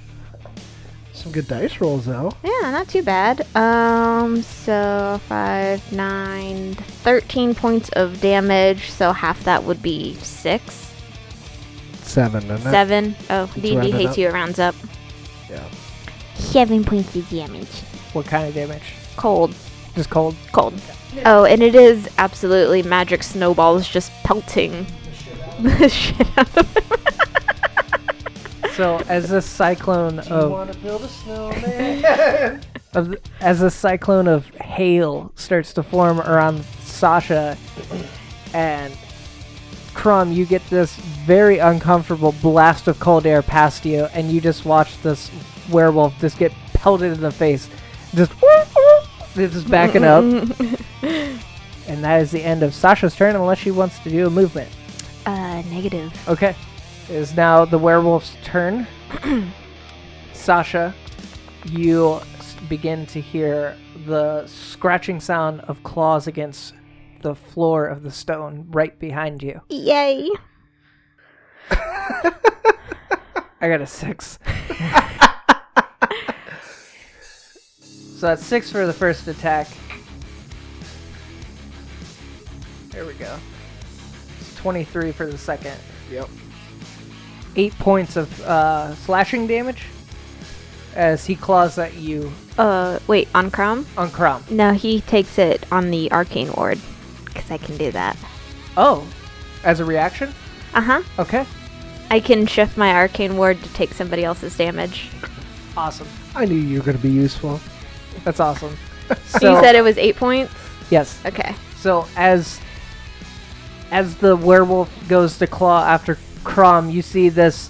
Speaker 3: Some good dice rolls though.
Speaker 2: Yeah, not too bad. Um, so 5, 9, 13 points of damage, so half that would be 6,
Speaker 3: Seven, and
Speaker 2: 7. Oh, D&D
Speaker 3: round it
Speaker 2: hates
Speaker 3: up.
Speaker 2: you, it rounds up.
Speaker 3: Yeah.
Speaker 2: 7 points of damage.
Speaker 1: What kind of damage?
Speaker 2: Cold.
Speaker 1: Just cold?
Speaker 2: Cold. Oh, and it is absolutely magic snowballs just pelting the shit out of
Speaker 1: So as this cyclone of,
Speaker 3: to build a snowman?
Speaker 1: of th- as this cyclone of hail starts to form around Sasha and Crumb, you get this very uncomfortable blast of cold air past you, and you just watch this werewolf just get pelted in the face, just it's just backing up. And that is the end of Sasha's turn, unless she wants to do a movement.
Speaker 2: Uh, negative.
Speaker 1: Okay. It is now the werewolf's turn. Sasha, you s- begin to hear the scratching sound of claws against the floor of the stone right behind you.
Speaker 2: Yay.
Speaker 1: I got a six. so that's six for the first attack. There we go. It's 23 for the second.
Speaker 3: Yep.
Speaker 1: Eight points of uh, slashing damage as he claws at you
Speaker 2: Uh, wait, on Crom?
Speaker 1: on Crom.
Speaker 2: No, he takes it on the Arcane Ward, because I can do that.
Speaker 1: Oh, as a reaction?
Speaker 2: Uh huh.
Speaker 1: Okay.
Speaker 2: I can shift my Arcane Ward to take somebody else's damage.
Speaker 1: Awesome.
Speaker 3: I knew you were going to be useful.
Speaker 1: That's awesome.
Speaker 2: you said it was eight points?
Speaker 1: yes.
Speaker 2: Okay.
Speaker 1: So as as the werewolf goes to claw after Crom, you see this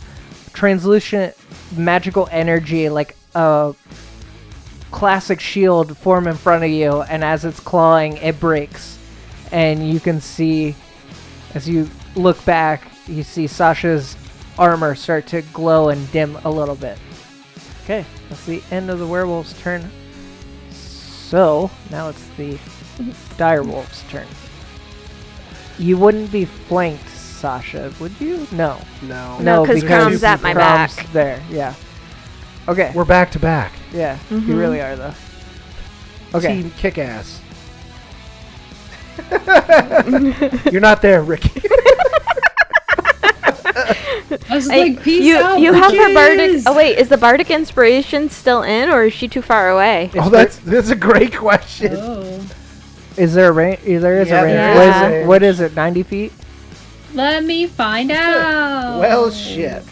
Speaker 1: translucent magical energy, like a classic shield, form in front of you. And as it's clawing, it breaks, and you can see as you look back, you see Sasha's armor start to glow and dim a little bit. Okay, that's the end of the werewolf's turn. So now it's the direwolf's turn. You wouldn't be flanked, Sasha, would you? No.
Speaker 3: No.
Speaker 2: No, 'cause
Speaker 3: Crom's at my
Speaker 1: Crom's
Speaker 2: back.
Speaker 1: There, yeah. Okay.
Speaker 3: We're back to back.
Speaker 1: Yeah, you really are though. Okay.
Speaker 3: Team kick ass. You're not there, Ricky.
Speaker 4: I was
Speaker 2: Hey,
Speaker 4: like, peace
Speaker 2: you
Speaker 4: out.
Speaker 2: you have her bardic.
Speaker 4: bitches!"
Speaker 2: Oh wait, is the bardic inspiration still in, or is she too far away?
Speaker 3: oh, that's that's a great question.
Speaker 4: Oh.
Speaker 1: Is there a range? There is
Speaker 3: Yeah,
Speaker 1: a range.
Speaker 2: there
Speaker 1: What,
Speaker 2: is
Speaker 1: is
Speaker 2: a
Speaker 1: it? what is it? Ninety feet?
Speaker 4: Let me find out.
Speaker 3: Well, shit.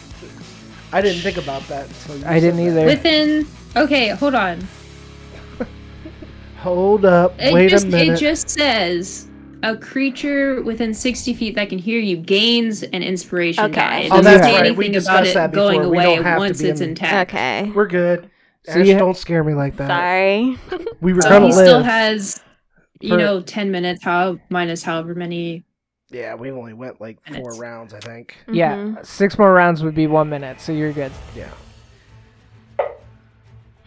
Speaker 3: I didn't think about that. Until you
Speaker 1: I didn't
Speaker 3: said that.
Speaker 1: either.
Speaker 4: Within. Okay, hold on.
Speaker 3: Hold up.
Speaker 4: It
Speaker 3: wait
Speaker 4: just
Speaker 3: a minute.
Speaker 4: it just says a creature within 60 feet that can hear you gains an inspiration
Speaker 2: Okay.
Speaker 4: die. It
Speaker 1: Oh,
Speaker 4: doesn't
Speaker 1: that's
Speaker 4: say
Speaker 1: right.
Speaker 4: anything
Speaker 3: We
Speaker 4: about
Speaker 3: discussed that
Speaker 4: it
Speaker 3: before.
Speaker 4: going
Speaker 3: We don't
Speaker 4: away
Speaker 3: have to
Speaker 4: once
Speaker 3: be
Speaker 4: it's
Speaker 3: in-
Speaker 4: intact.
Speaker 2: Okay.
Speaker 3: We're good.
Speaker 1: So
Speaker 3: Ash,
Speaker 1: you ha-
Speaker 3: don't scare me like that.
Speaker 2: Sorry.
Speaker 3: We were
Speaker 4: So
Speaker 1: Gonna
Speaker 4: he
Speaker 3: live.
Speaker 4: still has, you
Speaker 1: For-
Speaker 4: know, 10 minutes, how minus however many.
Speaker 3: Yeah, we only went like four
Speaker 4: Minutes.
Speaker 3: rounds, I think.
Speaker 1: Yeah. Six more rounds would be one minute, so you're good.
Speaker 3: Yeah.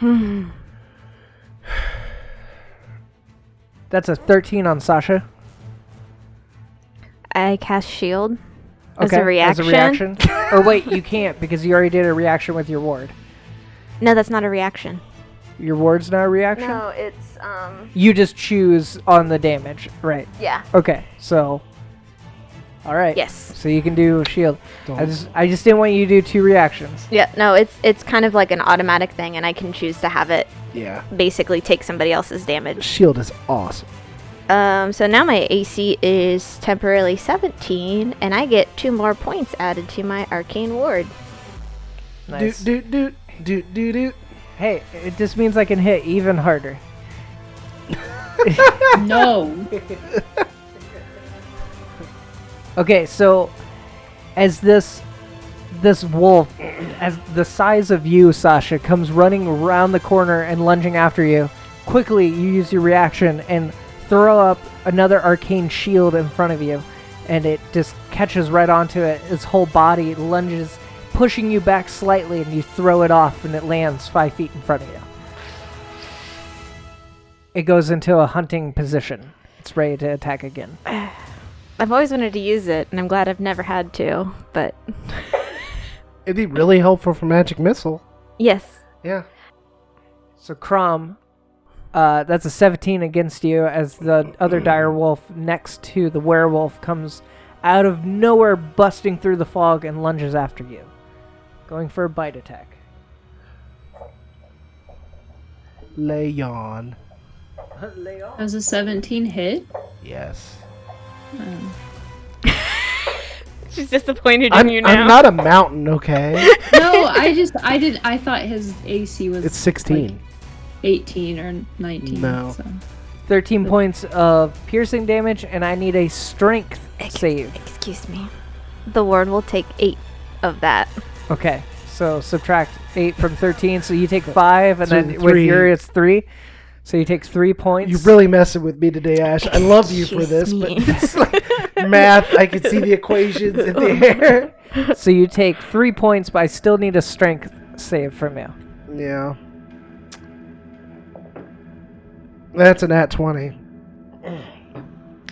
Speaker 2: Mhm.
Speaker 1: That's a thirteen on Sasha.
Speaker 2: I cast shield. As a
Speaker 1: Okay.
Speaker 2: reaction?
Speaker 1: reaction. or wait, you can't because you already did a reaction with your ward.
Speaker 2: No, that's not a reaction.
Speaker 1: Your ward's not a reaction.
Speaker 2: it's um.
Speaker 1: You just choose on the damage, right?
Speaker 2: Yeah.
Speaker 1: Okay, so. All right.
Speaker 2: Yes.
Speaker 1: So you can do shield. I
Speaker 3: Don't-
Speaker 1: just, I just didn't want you to do two reactions.
Speaker 2: Yeah. No, it's it's kind of like an automatic thing, and I can choose to have it
Speaker 3: Yeah.
Speaker 2: basically take somebody else's damage.
Speaker 3: Shield is awesome.
Speaker 2: Um. So now my AC is temporarily 17, and I get two more points added to my arcane ward.
Speaker 1: Nice.
Speaker 3: Doot doot doot doot doot doot.
Speaker 1: Hey, it just means I can hit even harder.
Speaker 4: No.
Speaker 1: Okay, so as this this wolf, as the size of you, Sasha, comes running around the corner and lunging after you, quickly you use your reaction and throw up another arcane shield in front of you, and it just catches right onto it. Its whole body lunges, pushing you back slightly, and you throw it off, and it lands five feet in front of you. It goes into a hunting position. It's ready to attack again.
Speaker 2: I've always wanted to use it, and I'm glad I've never had to. But
Speaker 3: It'd be really helpful for magic missile.
Speaker 2: yes,
Speaker 3: Yeah.
Speaker 1: So Crom, uh, that's a 17 against you as the other dire wolf next to the werewolf comes out of nowhere, busting through the fog and lunges after you, going for a bite attack.
Speaker 3: Lay on.
Speaker 4: That was a 17 hit.
Speaker 3: Yes.
Speaker 2: she's disappointed
Speaker 3: I'm, I'm not a mountain, okay?
Speaker 4: No, I just, I did, I thought his AC was
Speaker 3: it's 16.
Speaker 4: 18 or 19.
Speaker 3: No.
Speaker 4: So.
Speaker 1: 13 points of piercing damage, and I need a strength save.
Speaker 2: Excuse me. The ward will take eight of that.
Speaker 1: Okay, so subtract 8 from 13, so you take 5, and
Speaker 3: So
Speaker 1: then with
Speaker 3: three.
Speaker 1: your, it's 3. So you take 3 points.
Speaker 3: You're really messing with me today, Ash. I love you for this, but it's like math. I can see the equations in
Speaker 1: Oh,
Speaker 3: the air.
Speaker 1: so you take 3 points, but I still need a strength save from you.
Speaker 3: Yeah. That's an at 20.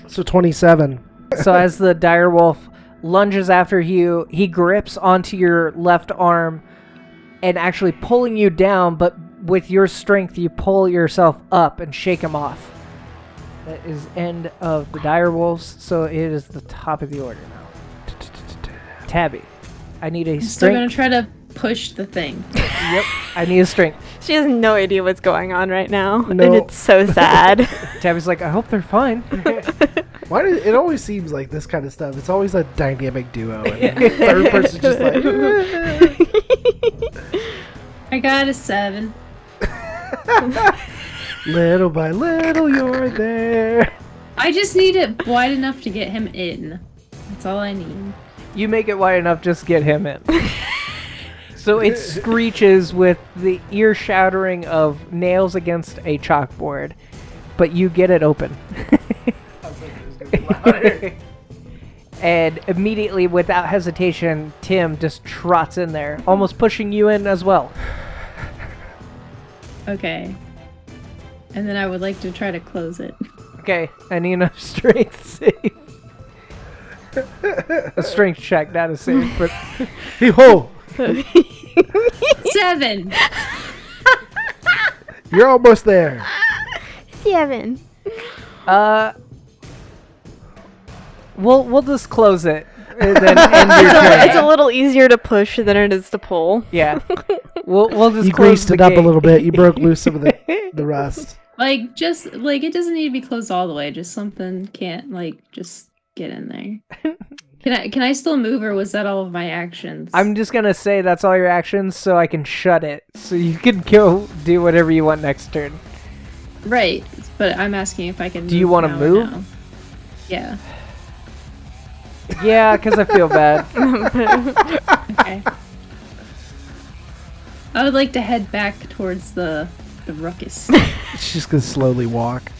Speaker 3: So 27.
Speaker 1: so as the direwolf lunges after you. He grips onto your left arm and actually pulling you down, but with your strength, you pull yourself up and shake him off. That is end of the dire wolves, so it is the top of the order now. Tabby, I need a
Speaker 4: I'm still gonna
Speaker 1: strength.
Speaker 4: try to push the thing.
Speaker 1: Yep, I need a strength.
Speaker 2: She has no idea what's going on right now,
Speaker 3: No.
Speaker 2: and it's so sad.
Speaker 1: Tabby's like, I hope they're fine.
Speaker 3: Why do it always seems like this kind of stuff? It's always a dynamic duo, and the third person's just like,
Speaker 4: I got a seven.
Speaker 3: little by little, you're there.
Speaker 4: I just need it wide enough to get him in. That's all I need.
Speaker 1: you make it wide enough, just get him in. so it screeches with the ear shattering of nails against a chalkboard, but you get it open. and immediately, without hesitation, Tim just trots in there, almost pushing you in as well.
Speaker 4: Okay. And then I would like to try to close it.
Speaker 1: Okay, I need a strength save. a strength check, not a save, but
Speaker 3: Hey ho!
Speaker 4: Seven.
Speaker 3: You're almost there.
Speaker 2: Seven.
Speaker 1: Uh, we'll we'll just close it and then end your turn.
Speaker 2: It's a little easier to push than it is to pull.
Speaker 1: Yeah, we'll we'll just
Speaker 3: You
Speaker 1: close
Speaker 3: greased
Speaker 1: the
Speaker 3: it up a
Speaker 1: gate.
Speaker 3: little bit. You broke loose some of the the rust.
Speaker 4: Like just like it doesn't need to be closed all the way. Just something can't like just get in there. Can I can I still move or was that all of my actions?
Speaker 1: I'm just gonna say that's all your actions, so I can shut it. So you can go do whatever you want next turn.
Speaker 4: right, but I'm asking if I can.
Speaker 1: Do you
Speaker 4: want
Speaker 1: wanna
Speaker 4: to
Speaker 1: move?
Speaker 4: Yeah.
Speaker 1: Yeah, because I feel bad.
Speaker 4: Okay. I would like to head back towards the the ruckus.
Speaker 3: She's just gonna slowly walk.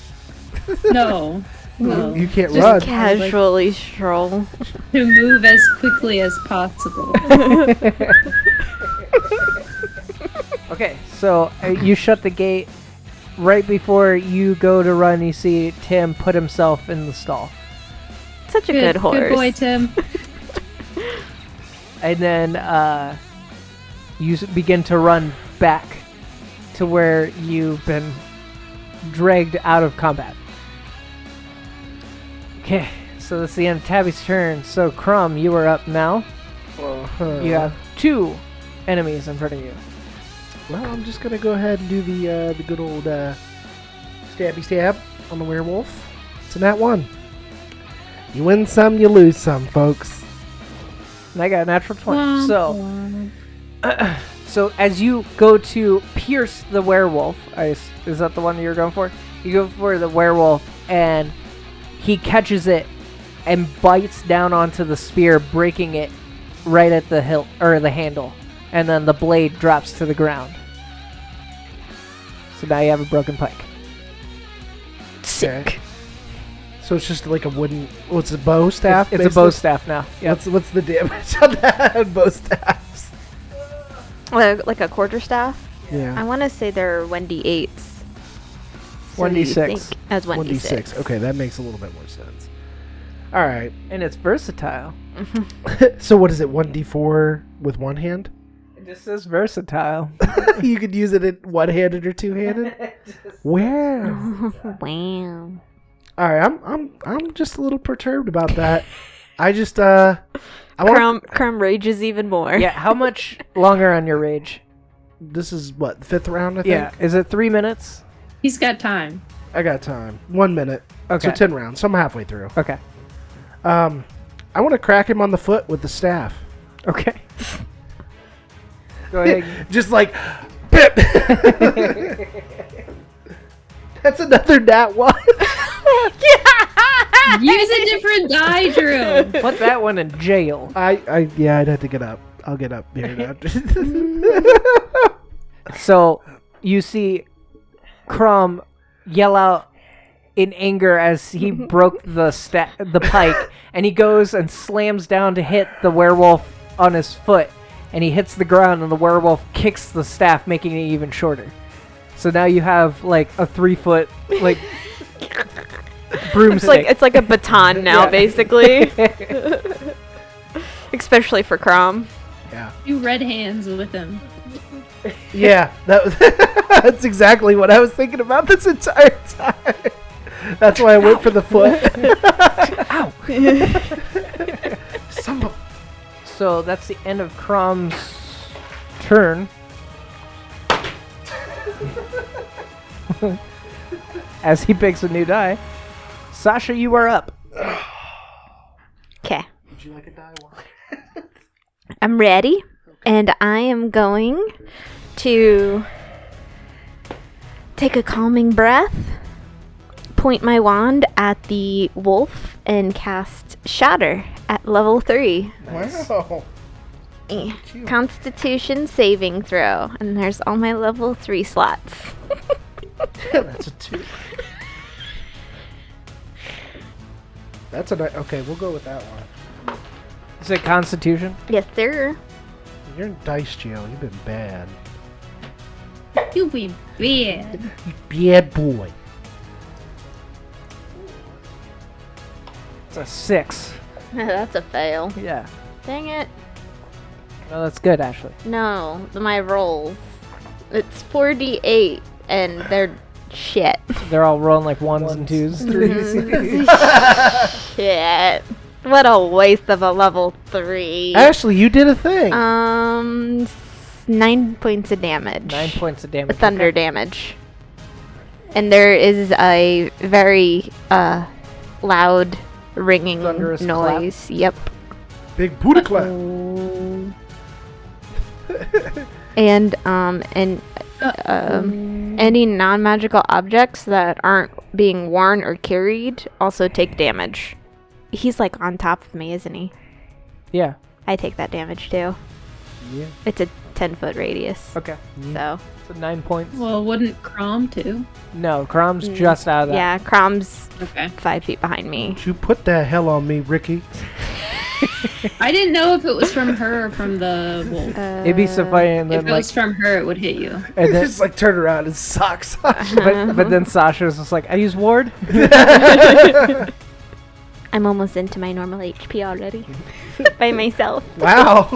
Speaker 4: No, no,
Speaker 3: You can't
Speaker 2: Just
Speaker 3: run.
Speaker 2: casually stroll.
Speaker 4: to move as quickly as possible.
Speaker 1: Okay, so uh, you shut the gate right before you go to run. You see Tim put himself in the stall.
Speaker 2: Such a good, horse.
Speaker 4: Good boy, Tim.
Speaker 1: and then uh, you s- begin to run back to where you've been dragged out of combat. Okay, so that's the end of Tabby's turn. So Crumb, you are up now.
Speaker 3: Uh-huh.
Speaker 1: You have two enemies in front of you.
Speaker 3: Well, I'm just gonna go ahead and do the uh, the good old uh, stabby stab on the werewolf. It's a nat one. You win some, you lose some, folks.
Speaker 1: And I got a natural twenty.
Speaker 4: Womp
Speaker 1: So,
Speaker 4: womp.
Speaker 1: so as you go to pierce the werewolf, I s is that the one you're going for? You go for the werewolf, and he catches it and bites down onto the spear, breaking it right at the hilt or the handle, and then the blade drops to the ground. So now you have a broken pike.
Speaker 2: Sick.
Speaker 3: So it's just like a wooden. What's a bow staff?
Speaker 1: It's, it's a bow
Speaker 3: basically?
Speaker 1: staff now. Yep.
Speaker 3: What's what's the damage on that bow staffs?
Speaker 2: Like, like a quarterstaff? I
Speaker 3: Yeah,
Speaker 2: want to say they're 1d8s. So
Speaker 1: 1d6.
Speaker 2: you think As 1d6.
Speaker 3: one d six. Okay, that makes a little bit more sense. All right.
Speaker 1: And it's versatile.
Speaker 3: So what is it? One d four with one hand.
Speaker 1: It just says versatile.
Speaker 3: you could use it in one handed or two handed. Wow.
Speaker 2: Wow.
Speaker 3: All right, I'm I'm I'm just a little perturbed about that. I just uh, I want
Speaker 2: Crumb, Crumb rages even more.
Speaker 1: yeah, how much longer on your rage?
Speaker 3: this is what fifth round. I think.
Speaker 1: Yeah. Is it three minutes?
Speaker 4: He's got time.
Speaker 3: I got time. One minute.
Speaker 1: Okay.
Speaker 3: So ten rounds. So I'm halfway through.
Speaker 1: Okay.
Speaker 3: Um, I want to crack him on the foot with the staff.
Speaker 1: Okay. Go ahead.
Speaker 3: Just like, bip. That's another nat one.
Speaker 4: Use a different die, Drew.
Speaker 1: Put that one in jail.
Speaker 3: I, I yeah, I'd have to get up. I'll get up here now.
Speaker 1: So you see Crumb yell out in anger as he broke the sta- the pike, and he goes and slams down to hit the werewolf on his foot, and he hits the ground, and the werewolf kicks the staff, making it even shorter. So now you have like a three foot like broomstick.
Speaker 2: It's like it's like a baton now,
Speaker 1: Yeah.
Speaker 2: basically. especially for Crom.
Speaker 3: Yeah.
Speaker 4: Do red hands with him.
Speaker 3: Yeah, that was, that's exactly what I was thinking about this entire time. That's why I went for the foot. Ow! Son of a-
Speaker 1: So that's the end of Crom's turn. As he picks a new die. Sasha, you are up.
Speaker 2: Okay.
Speaker 3: Would you like a die one?
Speaker 2: I'm ready, and I am going to take a calming breath, point my wand at the wolf, and cast Shatter at level three.
Speaker 3: Wow.
Speaker 2: Eh. Constitution saving throw, and there's all my level three slots.
Speaker 3: That's a two. That's a ni- okay. We'll go with that one.
Speaker 1: Is it Constitution?
Speaker 2: yes, sir.
Speaker 3: You're in dice jail. You've been bad.
Speaker 4: You be bad.
Speaker 3: Bad boy.
Speaker 1: It's a six.
Speaker 2: That's a fail.
Speaker 1: Yeah.
Speaker 2: Dang it.
Speaker 1: No, that's good, actually.
Speaker 2: No, my rolls. It's 48, and they're shit.
Speaker 1: They're all rolling like ones, and twos.
Speaker 2: Shit. What a waste of a level three.
Speaker 1: Oh,
Speaker 3: Ashley, you did a thing.
Speaker 2: Um, s- nine points of damage.
Speaker 1: Nine points of damage.
Speaker 2: Thunder damage. And there is a very uh, loud ringing
Speaker 1: Thunderous clap.
Speaker 2: noise. Yep.
Speaker 3: Big booty clap.
Speaker 4: Oh.
Speaker 2: And um, and um, any non-magical objects that aren't being worn or carried also take damage. He's like on top of me, isn't he?
Speaker 1: Yeah.
Speaker 2: I take that damage too.
Speaker 3: Yeah.
Speaker 2: It's a 10 foot radius.
Speaker 1: Okay.
Speaker 2: So,
Speaker 1: So nine points.
Speaker 4: Well, wouldn't Crom too?
Speaker 1: No, Crom's just out of that.
Speaker 2: yeah, Crom's
Speaker 4: Okay.
Speaker 2: five feet behind me.
Speaker 3: You put that hell on me, Ricky.
Speaker 4: I didn't know if it was from her or from the wolf.
Speaker 1: It'd be so funny, and
Speaker 4: if
Speaker 1: then
Speaker 4: it
Speaker 1: like,
Speaker 4: was from her, it would hit you.
Speaker 1: and then,
Speaker 3: just like turn around and sock Sasha.
Speaker 1: but, but then Sasha's just like, I use ward.
Speaker 2: Uh, I'm almost into my normal HP already by myself.
Speaker 3: wow.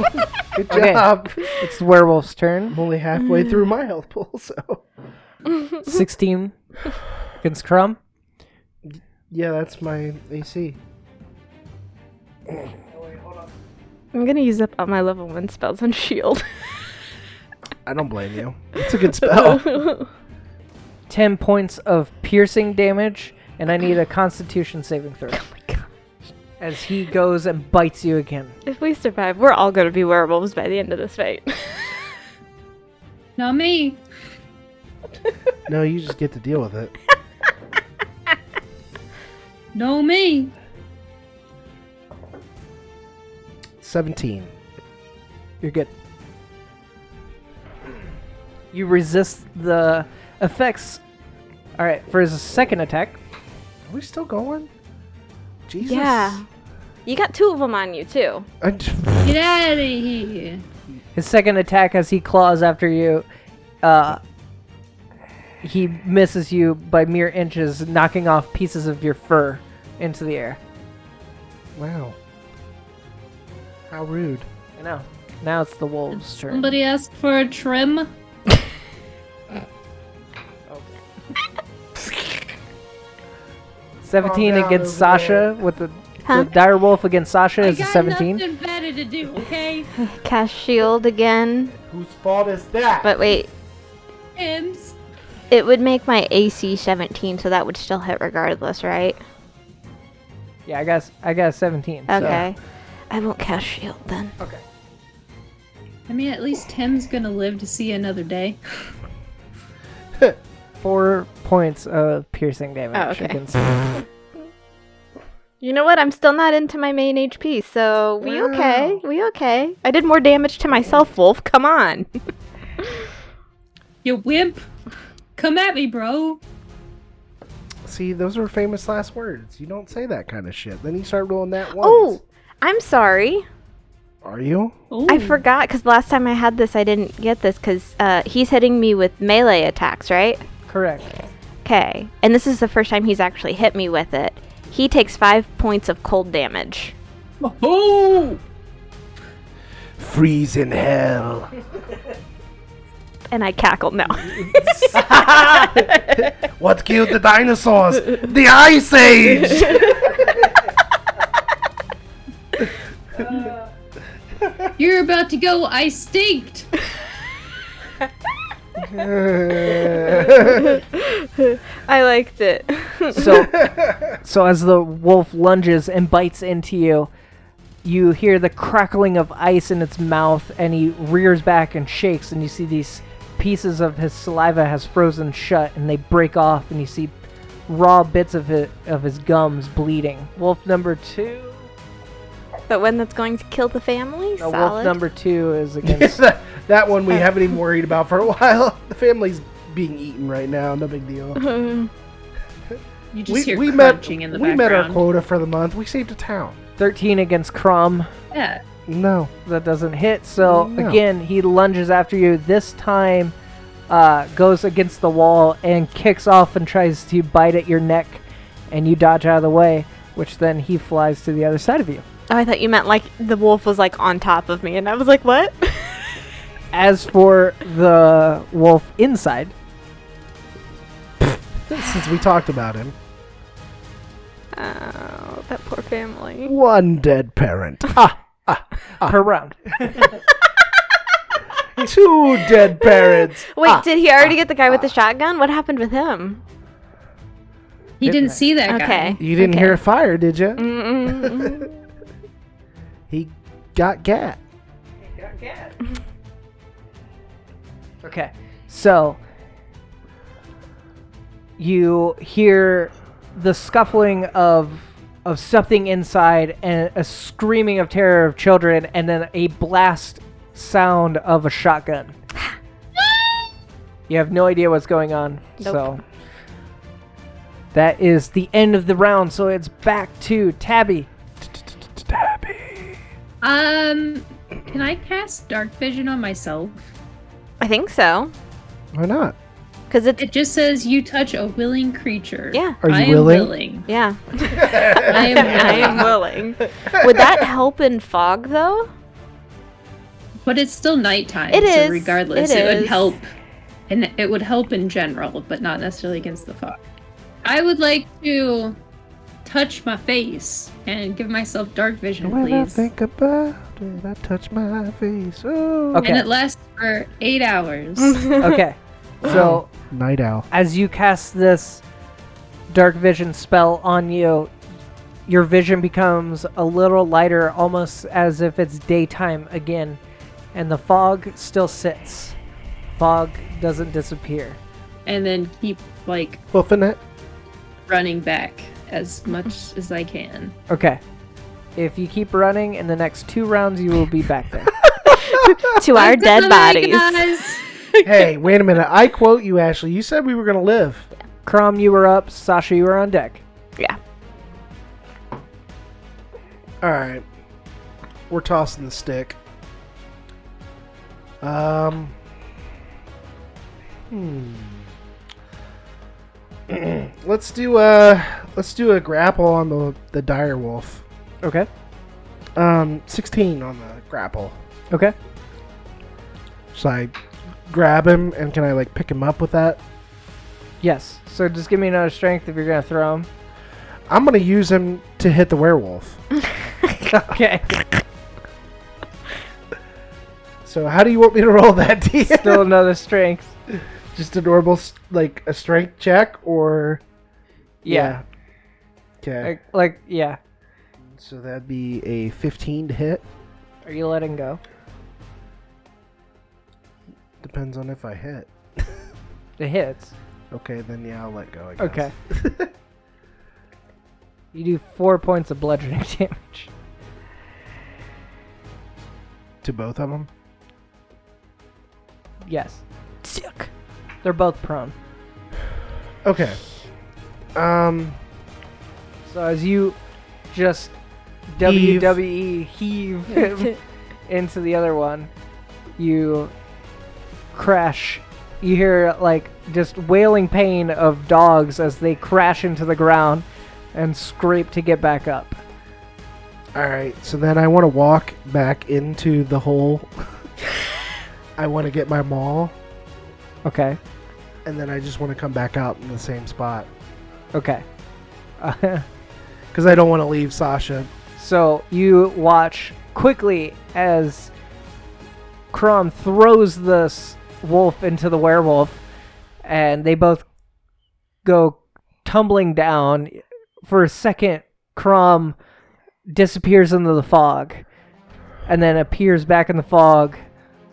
Speaker 3: Good
Speaker 1: Okay.
Speaker 3: job.
Speaker 1: It's the werewolf's turn.
Speaker 3: I'm only halfway through my health pool, so.
Speaker 1: Sixteen against Crom.
Speaker 3: Yeah, that's my AC.
Speaker 2: I'm gonna use up all my level one spells on shield.
Speaker 3: I don't blame you. It's a good spell.
Speaker 1: Ten points of piercing damage, and I need a Constitution saving throw as he goes and bites you again.
Speaker 2: if we survive, we're all gonna be werewolves by the end of this fight.
Speaker 4: Not me.
Speaker 3: no, you just get to deal with it.
Speaker 4: No me.
Speaker 3: 17.
Speaker 1: You're good. You resist the effects. All right, for his second attack,
Speaker 3: Are we still going? Jesus.
Speaker 2: yeah. You got two of them on you, too.
Speaker 3: I j-
Speaker 4: Get out of here.
Speaker 1: His second attack as he claws after you, uh, he misses you by mere inches, knocking off pieces of your fur into the air.
Speaker 3: wow. How rude.
Speaker 1: I know. Now it's the wolves' turn.
Speaker 4: Somebody asked for a trim.
Speaker 1: seventeen
Speaker 4: Oh,
Speaker 3: Calm down
Speaker 1: against
Speaker 3: over
Speaker 1: Sasha with the,
Speaker 2: Huh?
Speaker 1: the dire wolf against Sasha
Speaker 4: I
Speaker 1: is a
Speaker 4: got
Speaker 1: seventeen.
Speaker 4: nothing better to do, okay?
Speaker 2: Cast shield again.
Speaker 3: Whose fault is that?
Speaker 2: But wait,
Speaker 4: Hims.
Speaker 2: it would make my AC 17, so that would still hit regardless, right?
Speaker 1: Yeah, I got s- I got a seventeen. so-
Speaker 2: Okay. I won't cast shield then.
Speaker 4: I mean, at least Tim's gonna live to see another day.
Speaker 1: four points of piercing damage
Speaker 2: Oh, okay.
Speaker 1: against
Speaker 2: You know what? I'm still not into my main HP, so we okay. We okay. I did more damage to myself, Wolf. Come on.
Speaker 4: You wimp. Come at me, bro.
Speaker 3: See, those are famous last words. You don't say that kind of shit. Then you start rolling that one.
Speaker 2: oh, I'm sorry.
Speaker 3: Are you?
Speaker 2: I
Speaker 4: Ooh.
Speaker 2: forgot because last time I had this, I didn't get this because uh, he's hitting me with melee attacks, right?
Speaker 1: correct.
Speaker 2: Okay. And this is the first time he's actually hit me with it. He takes five points of cold damage.
Speaker 4: Oh!
Speaker 3: Freeze in hell.
Speaker 2: And I cackle. No.
Speaker 3: What killed the dinosaurs? the Ice Age!
Speaker 4: You're about to go extinct.
Speaker 2: I liked it.
Speaker 1: So, so as the wolf lunges and bites into you, you hear the crackling of ice in its mouth, and he rears back and shakes, and you see these pieces of his saliva has frozen shut, and they break off, and you see raw bits of it of his gums bleeding. Wolf number two.
Speaker 2: but one that's going to kill the family.
Speaker 1: No,
Speaker 2: solid.
Speaker 1: wolf number two is against.
Speaker 3: that, that one we haven't even worried about for a while. The family's being eaten right now. No big deal.
Speaker 4: You just
Speaker 3: We,
Speaker 4: hear
Speaker 3: we met
Speaker 4: crunching in the
Speaker 3: we met
Speaker 4: background.
Speaker 3: our quota for the month. We saved a town.
Speaker 1: Thirteen against Crom.
Speaker 4: Yeah.
Speaker 3: No.
Speaker 1: that doesn't hit. So
Speaker 3: No.
Speaker 1: again, he lunges after you. This time, uh, goes against the wall and kicks off and tries to bite at your neck, and you dodge out of the way. Which then he flies to the other side of you.
Speaker 2: Oh, I thought you meant like the wolf was like on top of me, and I was like, what?
Speaker 1: As for the wolf inside,
Speaker 3: Since we talked about him.
Speaker 2: oh, that poor family.
Speaker 3: One dead parent.
Speaker 1: per round,
Speaker 3: Two dead parents.
Speaker 2: Wait, did he already get the guy with the shotgun? What happened with him?
Speaker 4: He didn't see that
Speaker 2: Okay.
Speaker 4: guy.
Speaker 3: You didn't
Speaker 2: Okay.
Speaker 3: hear a fire, did you?
Speaker 2: Mm-mm.
Speaker 3: He got gat.
Speaker 1: Okay. So you hear the scuffling of of something inside and a screaming of terror of children and then a blast sound of a shotgun. you have no idea what's going on.
Speaker 2: Nope.
Speaker 1: So that is the end of the round, so it's back to Tabby.
Speaker 4: Um, can I cast dark vision on myself?
Speaker 2: I think so,
Speaker 3: Why not?
Speaker 2: because it's
Speaker 4: It just says you touch a willing creature.
Speaker 2: Yeah.
Speaker 3: Are you
Speaker 4: I am
Speaker 3: willing?
Speaker 4: willing?
Speaker 2: yeah.
Speaker 4: I am
Speaker 2: I am
Speaker 4: willing.
Speaker 2: willing. Would that help in fog though?
Speaker 4: But it's still nighttime.
Speaker 2: It
Speaker 4: so
Speaker 2: is,
Speaker 4: regardless,
Speaker 2: it
Speaker 4: it, would
Speaker 2: is.
Speaker 4: help. And it would help in general, but not necessarily against the fog. I would like to touch my face and give myself dark vision,
Speaker 3: When I
Speaker 4: please.
Speaker 3: think about it, I touch my face. Oh.
Speaker 1: Okay.
Speaker 4: And it lasts for eight hours.
Speaker 1: Okay. so
Speaker 3: Night owl.
Speaker 1: as you cast this dark vision spell on you, your vision becomes a little lighter, almost as if it's daytime again, and the fog still sits. Fog doesn't disappear.
Speaker 4: and then keep like
Speaker 3: Woofing it.
Speaker 4: running back as much as I can.
Speaker 1: Okay. If you keep running, in the next two rounds, you will be back there.
Speaker 2: to our dead bodies.
Speaker 3: hey, wait a minute. I quote you, Ashley. You said we were going to live.
Speaker 1: Crom, you were up. Sasha, you were on deck.
Speaker 2: Yeah.
Speaker 3: All right. We're tossing the stick. Um. Hmm. let's do uh let's do a grapple on the the dire wolf.
Speaker 1: Okay.
Speaker 3: Um 16 on the grapple.
Speaker 1: Okay.
Speaker 3: So I grab him and can I like pick him up with that?
Speaker 1: Yes. So just give me another strength if you're going to throw him.
Speaker 3: I'm going to use him to hit the werewolf.
Speaker 1: Okay.
Speaker 3: So how do you want me to roll that D?
Speaker 1: Still another strength.
Speaker 3: Just a normal s- like a strength check or
Speaker 1: Yeah.
Speaker 3: Okay.
Speaker 1: Like, like, yeah.
Speaker 3: So that'd be a 15 to hit.
Speaker 1: Are you letting go?
Speaker 3: Depends on if I hit.
Speaker 1: It hits.
Speaker 3: Okay, then yeah, I'll let go. I guess.
Speaker 1: Okay. you do four points of bludgeoning damage.
Speaker 3: To both of them.
Speaker 1: Yes.
Speaker 2: Sick.
Speaker 1: They're both prone.
Speaker 3: Okay. Um.
Speaker 1: So as you just
Speaker 3: Heave.
Speaker 1: WWE heave him into the other one, you crash. You hear like just wailing pain of dogs as they crash into the ground and scrape to get back up.
Speaker 3: All right. So then I want to walk back into the hole. I want to get my maul,
Speaker 1: Okay.
Speaker 3: and then I just want to come back out in the same spot
Speaker 1: Okay. Uh,
Speaker 3: because I don't want to leave Sasha.
Speaker 1: so you watch quickly as Crom throws this wolf into the werewolf, and they both go tumbling down. For a second, Crom disappears into the fog, and then appears back in the fog,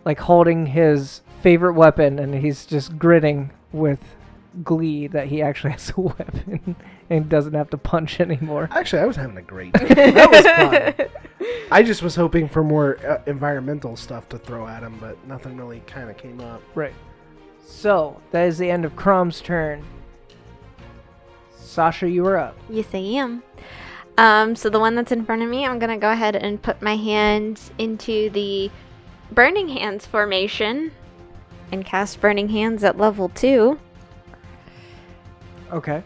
Speaker 1: like holding his favorite weapon, and he's just grinning with glee that he actually has a weapon and doesn't have to punch anymore.
Speaker 3: Actually, I was having a great time. That was fun. I just was hoping for more uh, environmental stuff to throw at him, but nothing really kind of came up.
Speaker 1: Right. So that is the end of Crom's turn. Sasha, you are up.
Speaker 2: Yes, I am. Um, so the one that's in front of me, I'm gonna go ahead and put my hand into the Burning Hands formation and cast Burning Hands at level two,
Speaker 1: Okay.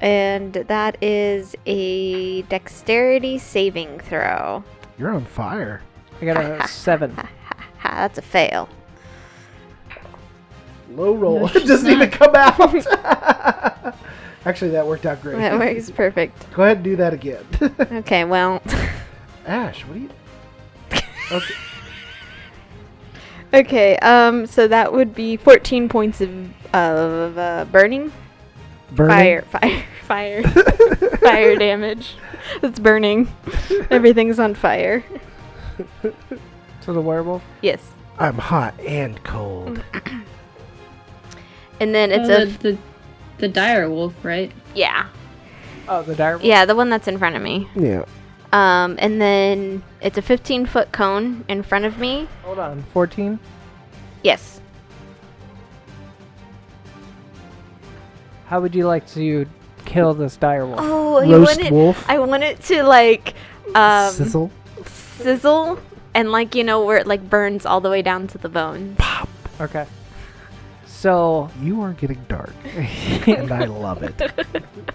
Speaker 2: and that is a Dexterity saving throw.
Speaker 3: You're on fire.
Speaker 1: I got a seven.
Speaker 2: that's a fail.
Speaker 3: Low roll.
Speaker 4: No,
Speaker 3: it
Speaker 4: she's
Speaker 3: doesn't
Speaker 4: not.
Speaker 3: even come out. Actually, that worked out great.
Speaker 2: That works perfect.
Speaker 3: Go ahead and do that again.
Speaker 2: Okay, well,
Speaker 3: Ash, what are you? Okay.
Speaker 2: okay. Um, so that would be 14 points of of uh, burning fire, fire, fire, fire damage. It's burning. Everything's on fire.
Speaker 1: To the werewolf?
Speaker 2: Yes.
Speaker 3: I'm hot and cold.
Speaker 2: And then it's
Speaker 4: Oh,
Speaker 2: a
Speaker 4: the,
Speaker 2: f-
Speaker 4: the the dire wolf, right?
Speaker 2: yeah,
Speaker 1: Oh, the dire
Speaker 2: yeah, the one that's in front of me.
Speaker 3: Yeah.
Speaker 2: Um, and then it's a 15 foot cone in front of me.
Speaker 1: Hold on. 14?
Speaker 2: Yes.
Speaker 1: How would you like to kill this dire wolf?
Speaker 2: Oh, I
Speaker 3: Roast
Speaker 2: want it.
Speaker 3: wolf.
Speaker 2: I want it to like um, sizzle.
Speaker 3: Sizzle.
Speaker 2: and like you know where it like burns all the way down to the bones.
Speaker 3: Pop.
Speaker 1: Okay. So,
Speaker 3: You are getting dark, and I love it.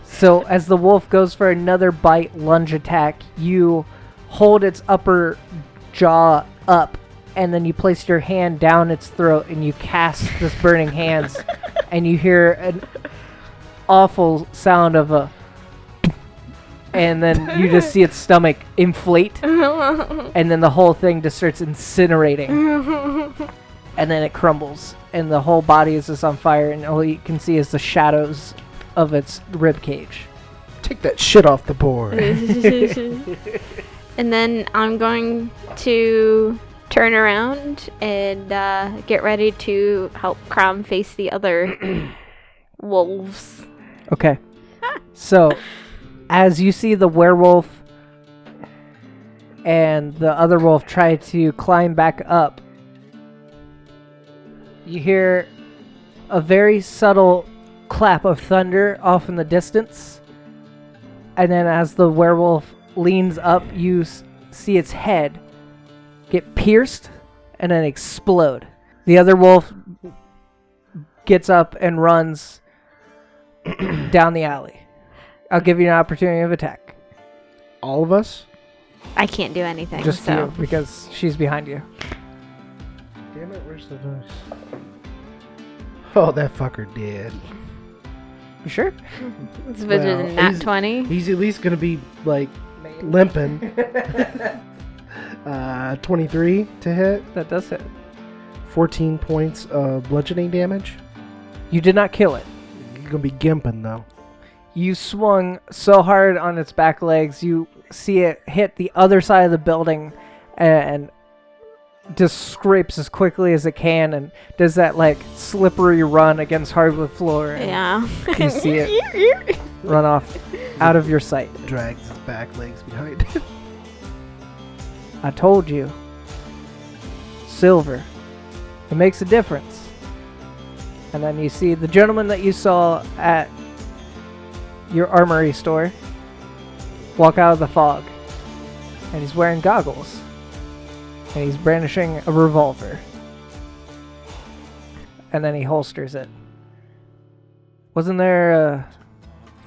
Speaker 1: so as the wolf goes for another bite lunge attack, you hold its upper jaw up, and then you place your hand down its throat, and you cast this burning hands, and you hear an awful sound of a, and then you just see its stomach inflate, and then the whole thing just starts incinerating, and then it crumbles, and the whole body is just on fire, and all you can see is the shadows of its rib cage.
Speaker 3: Take that shit off the board.
Speaker 2: and then I'm going to turn around and uh, get ready to help Crom face the other wolves.
Speaker 1: Okay. so, as you see the werewolf and the other wolf try to climb back up, you hear a very subtle clap of thunder off in the distance. And then, as the werewolf leans up, you s- see its head get pierced and then explode. The other wolf gets up and runs down the alley. I'll give you an opportunity of attack.
Speaker 3: All of us.
Speaker 2: I can't do anything.
Speaker 1: Just you,
Speaker 2: so.
Speaker 1: because she's behind you.
Speaker 3: Damn it! Where's the dice? Oh, that fucker did.
Speaker 1: You sure?
Speaker 2: It's better
Speaker 3: Well,
Speaker 2: than nat
Speaker 3: he's-
Speaker 2: 20.
Speaker 3: He's at least gonna be like limping. uh, 23 to hit.
Speaker 1: That does hit.
Speaker 3: 14 points of bludgeoning damage.
Speaker 1: You did not kill it.
Speaker 3: You're gonna be gimping though.
Speaker 1: You swung so hard on its back legs, you see it hit the other side of the building and just scrapes as quickly as it can and does that like slippery run against hardwood floor and
Speaker 2: Yeah.
Speaker 1: you see it run off out of your sight.
Speaker 3: Drags his back legs behind.
Speaker 1: I told you. Silver. It makes a difference. And then you see the gentleman that you saw at your armory store walk out of the fog. And he's wearing goggles. And he's brandishing a revolver. And then he holsters it. Wasn't there uh,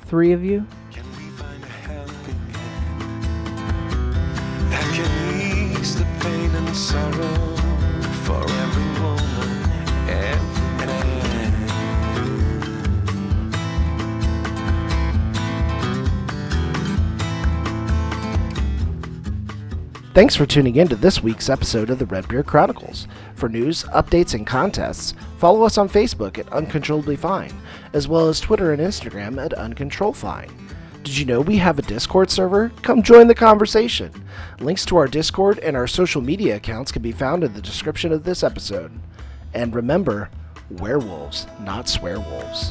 Speaker 1: three of you?
Speaker 5: Can we find a helping hand? I can ease the pain and sorrow for every woman, every man.
Speaker 3: Thanks for tuning in to this week's episode of the Red Beer Chronicles. For news, updates, and contests, follow us on Facebook at Uncontrollably Fine, as well as Twitter and Instagram at UncontrolFine. Did you know we have a Discord server? Come join the conversation. Links to our Discord and our social media accounts can be found in the description of this episode. And remember, werewolves, not swearwolves.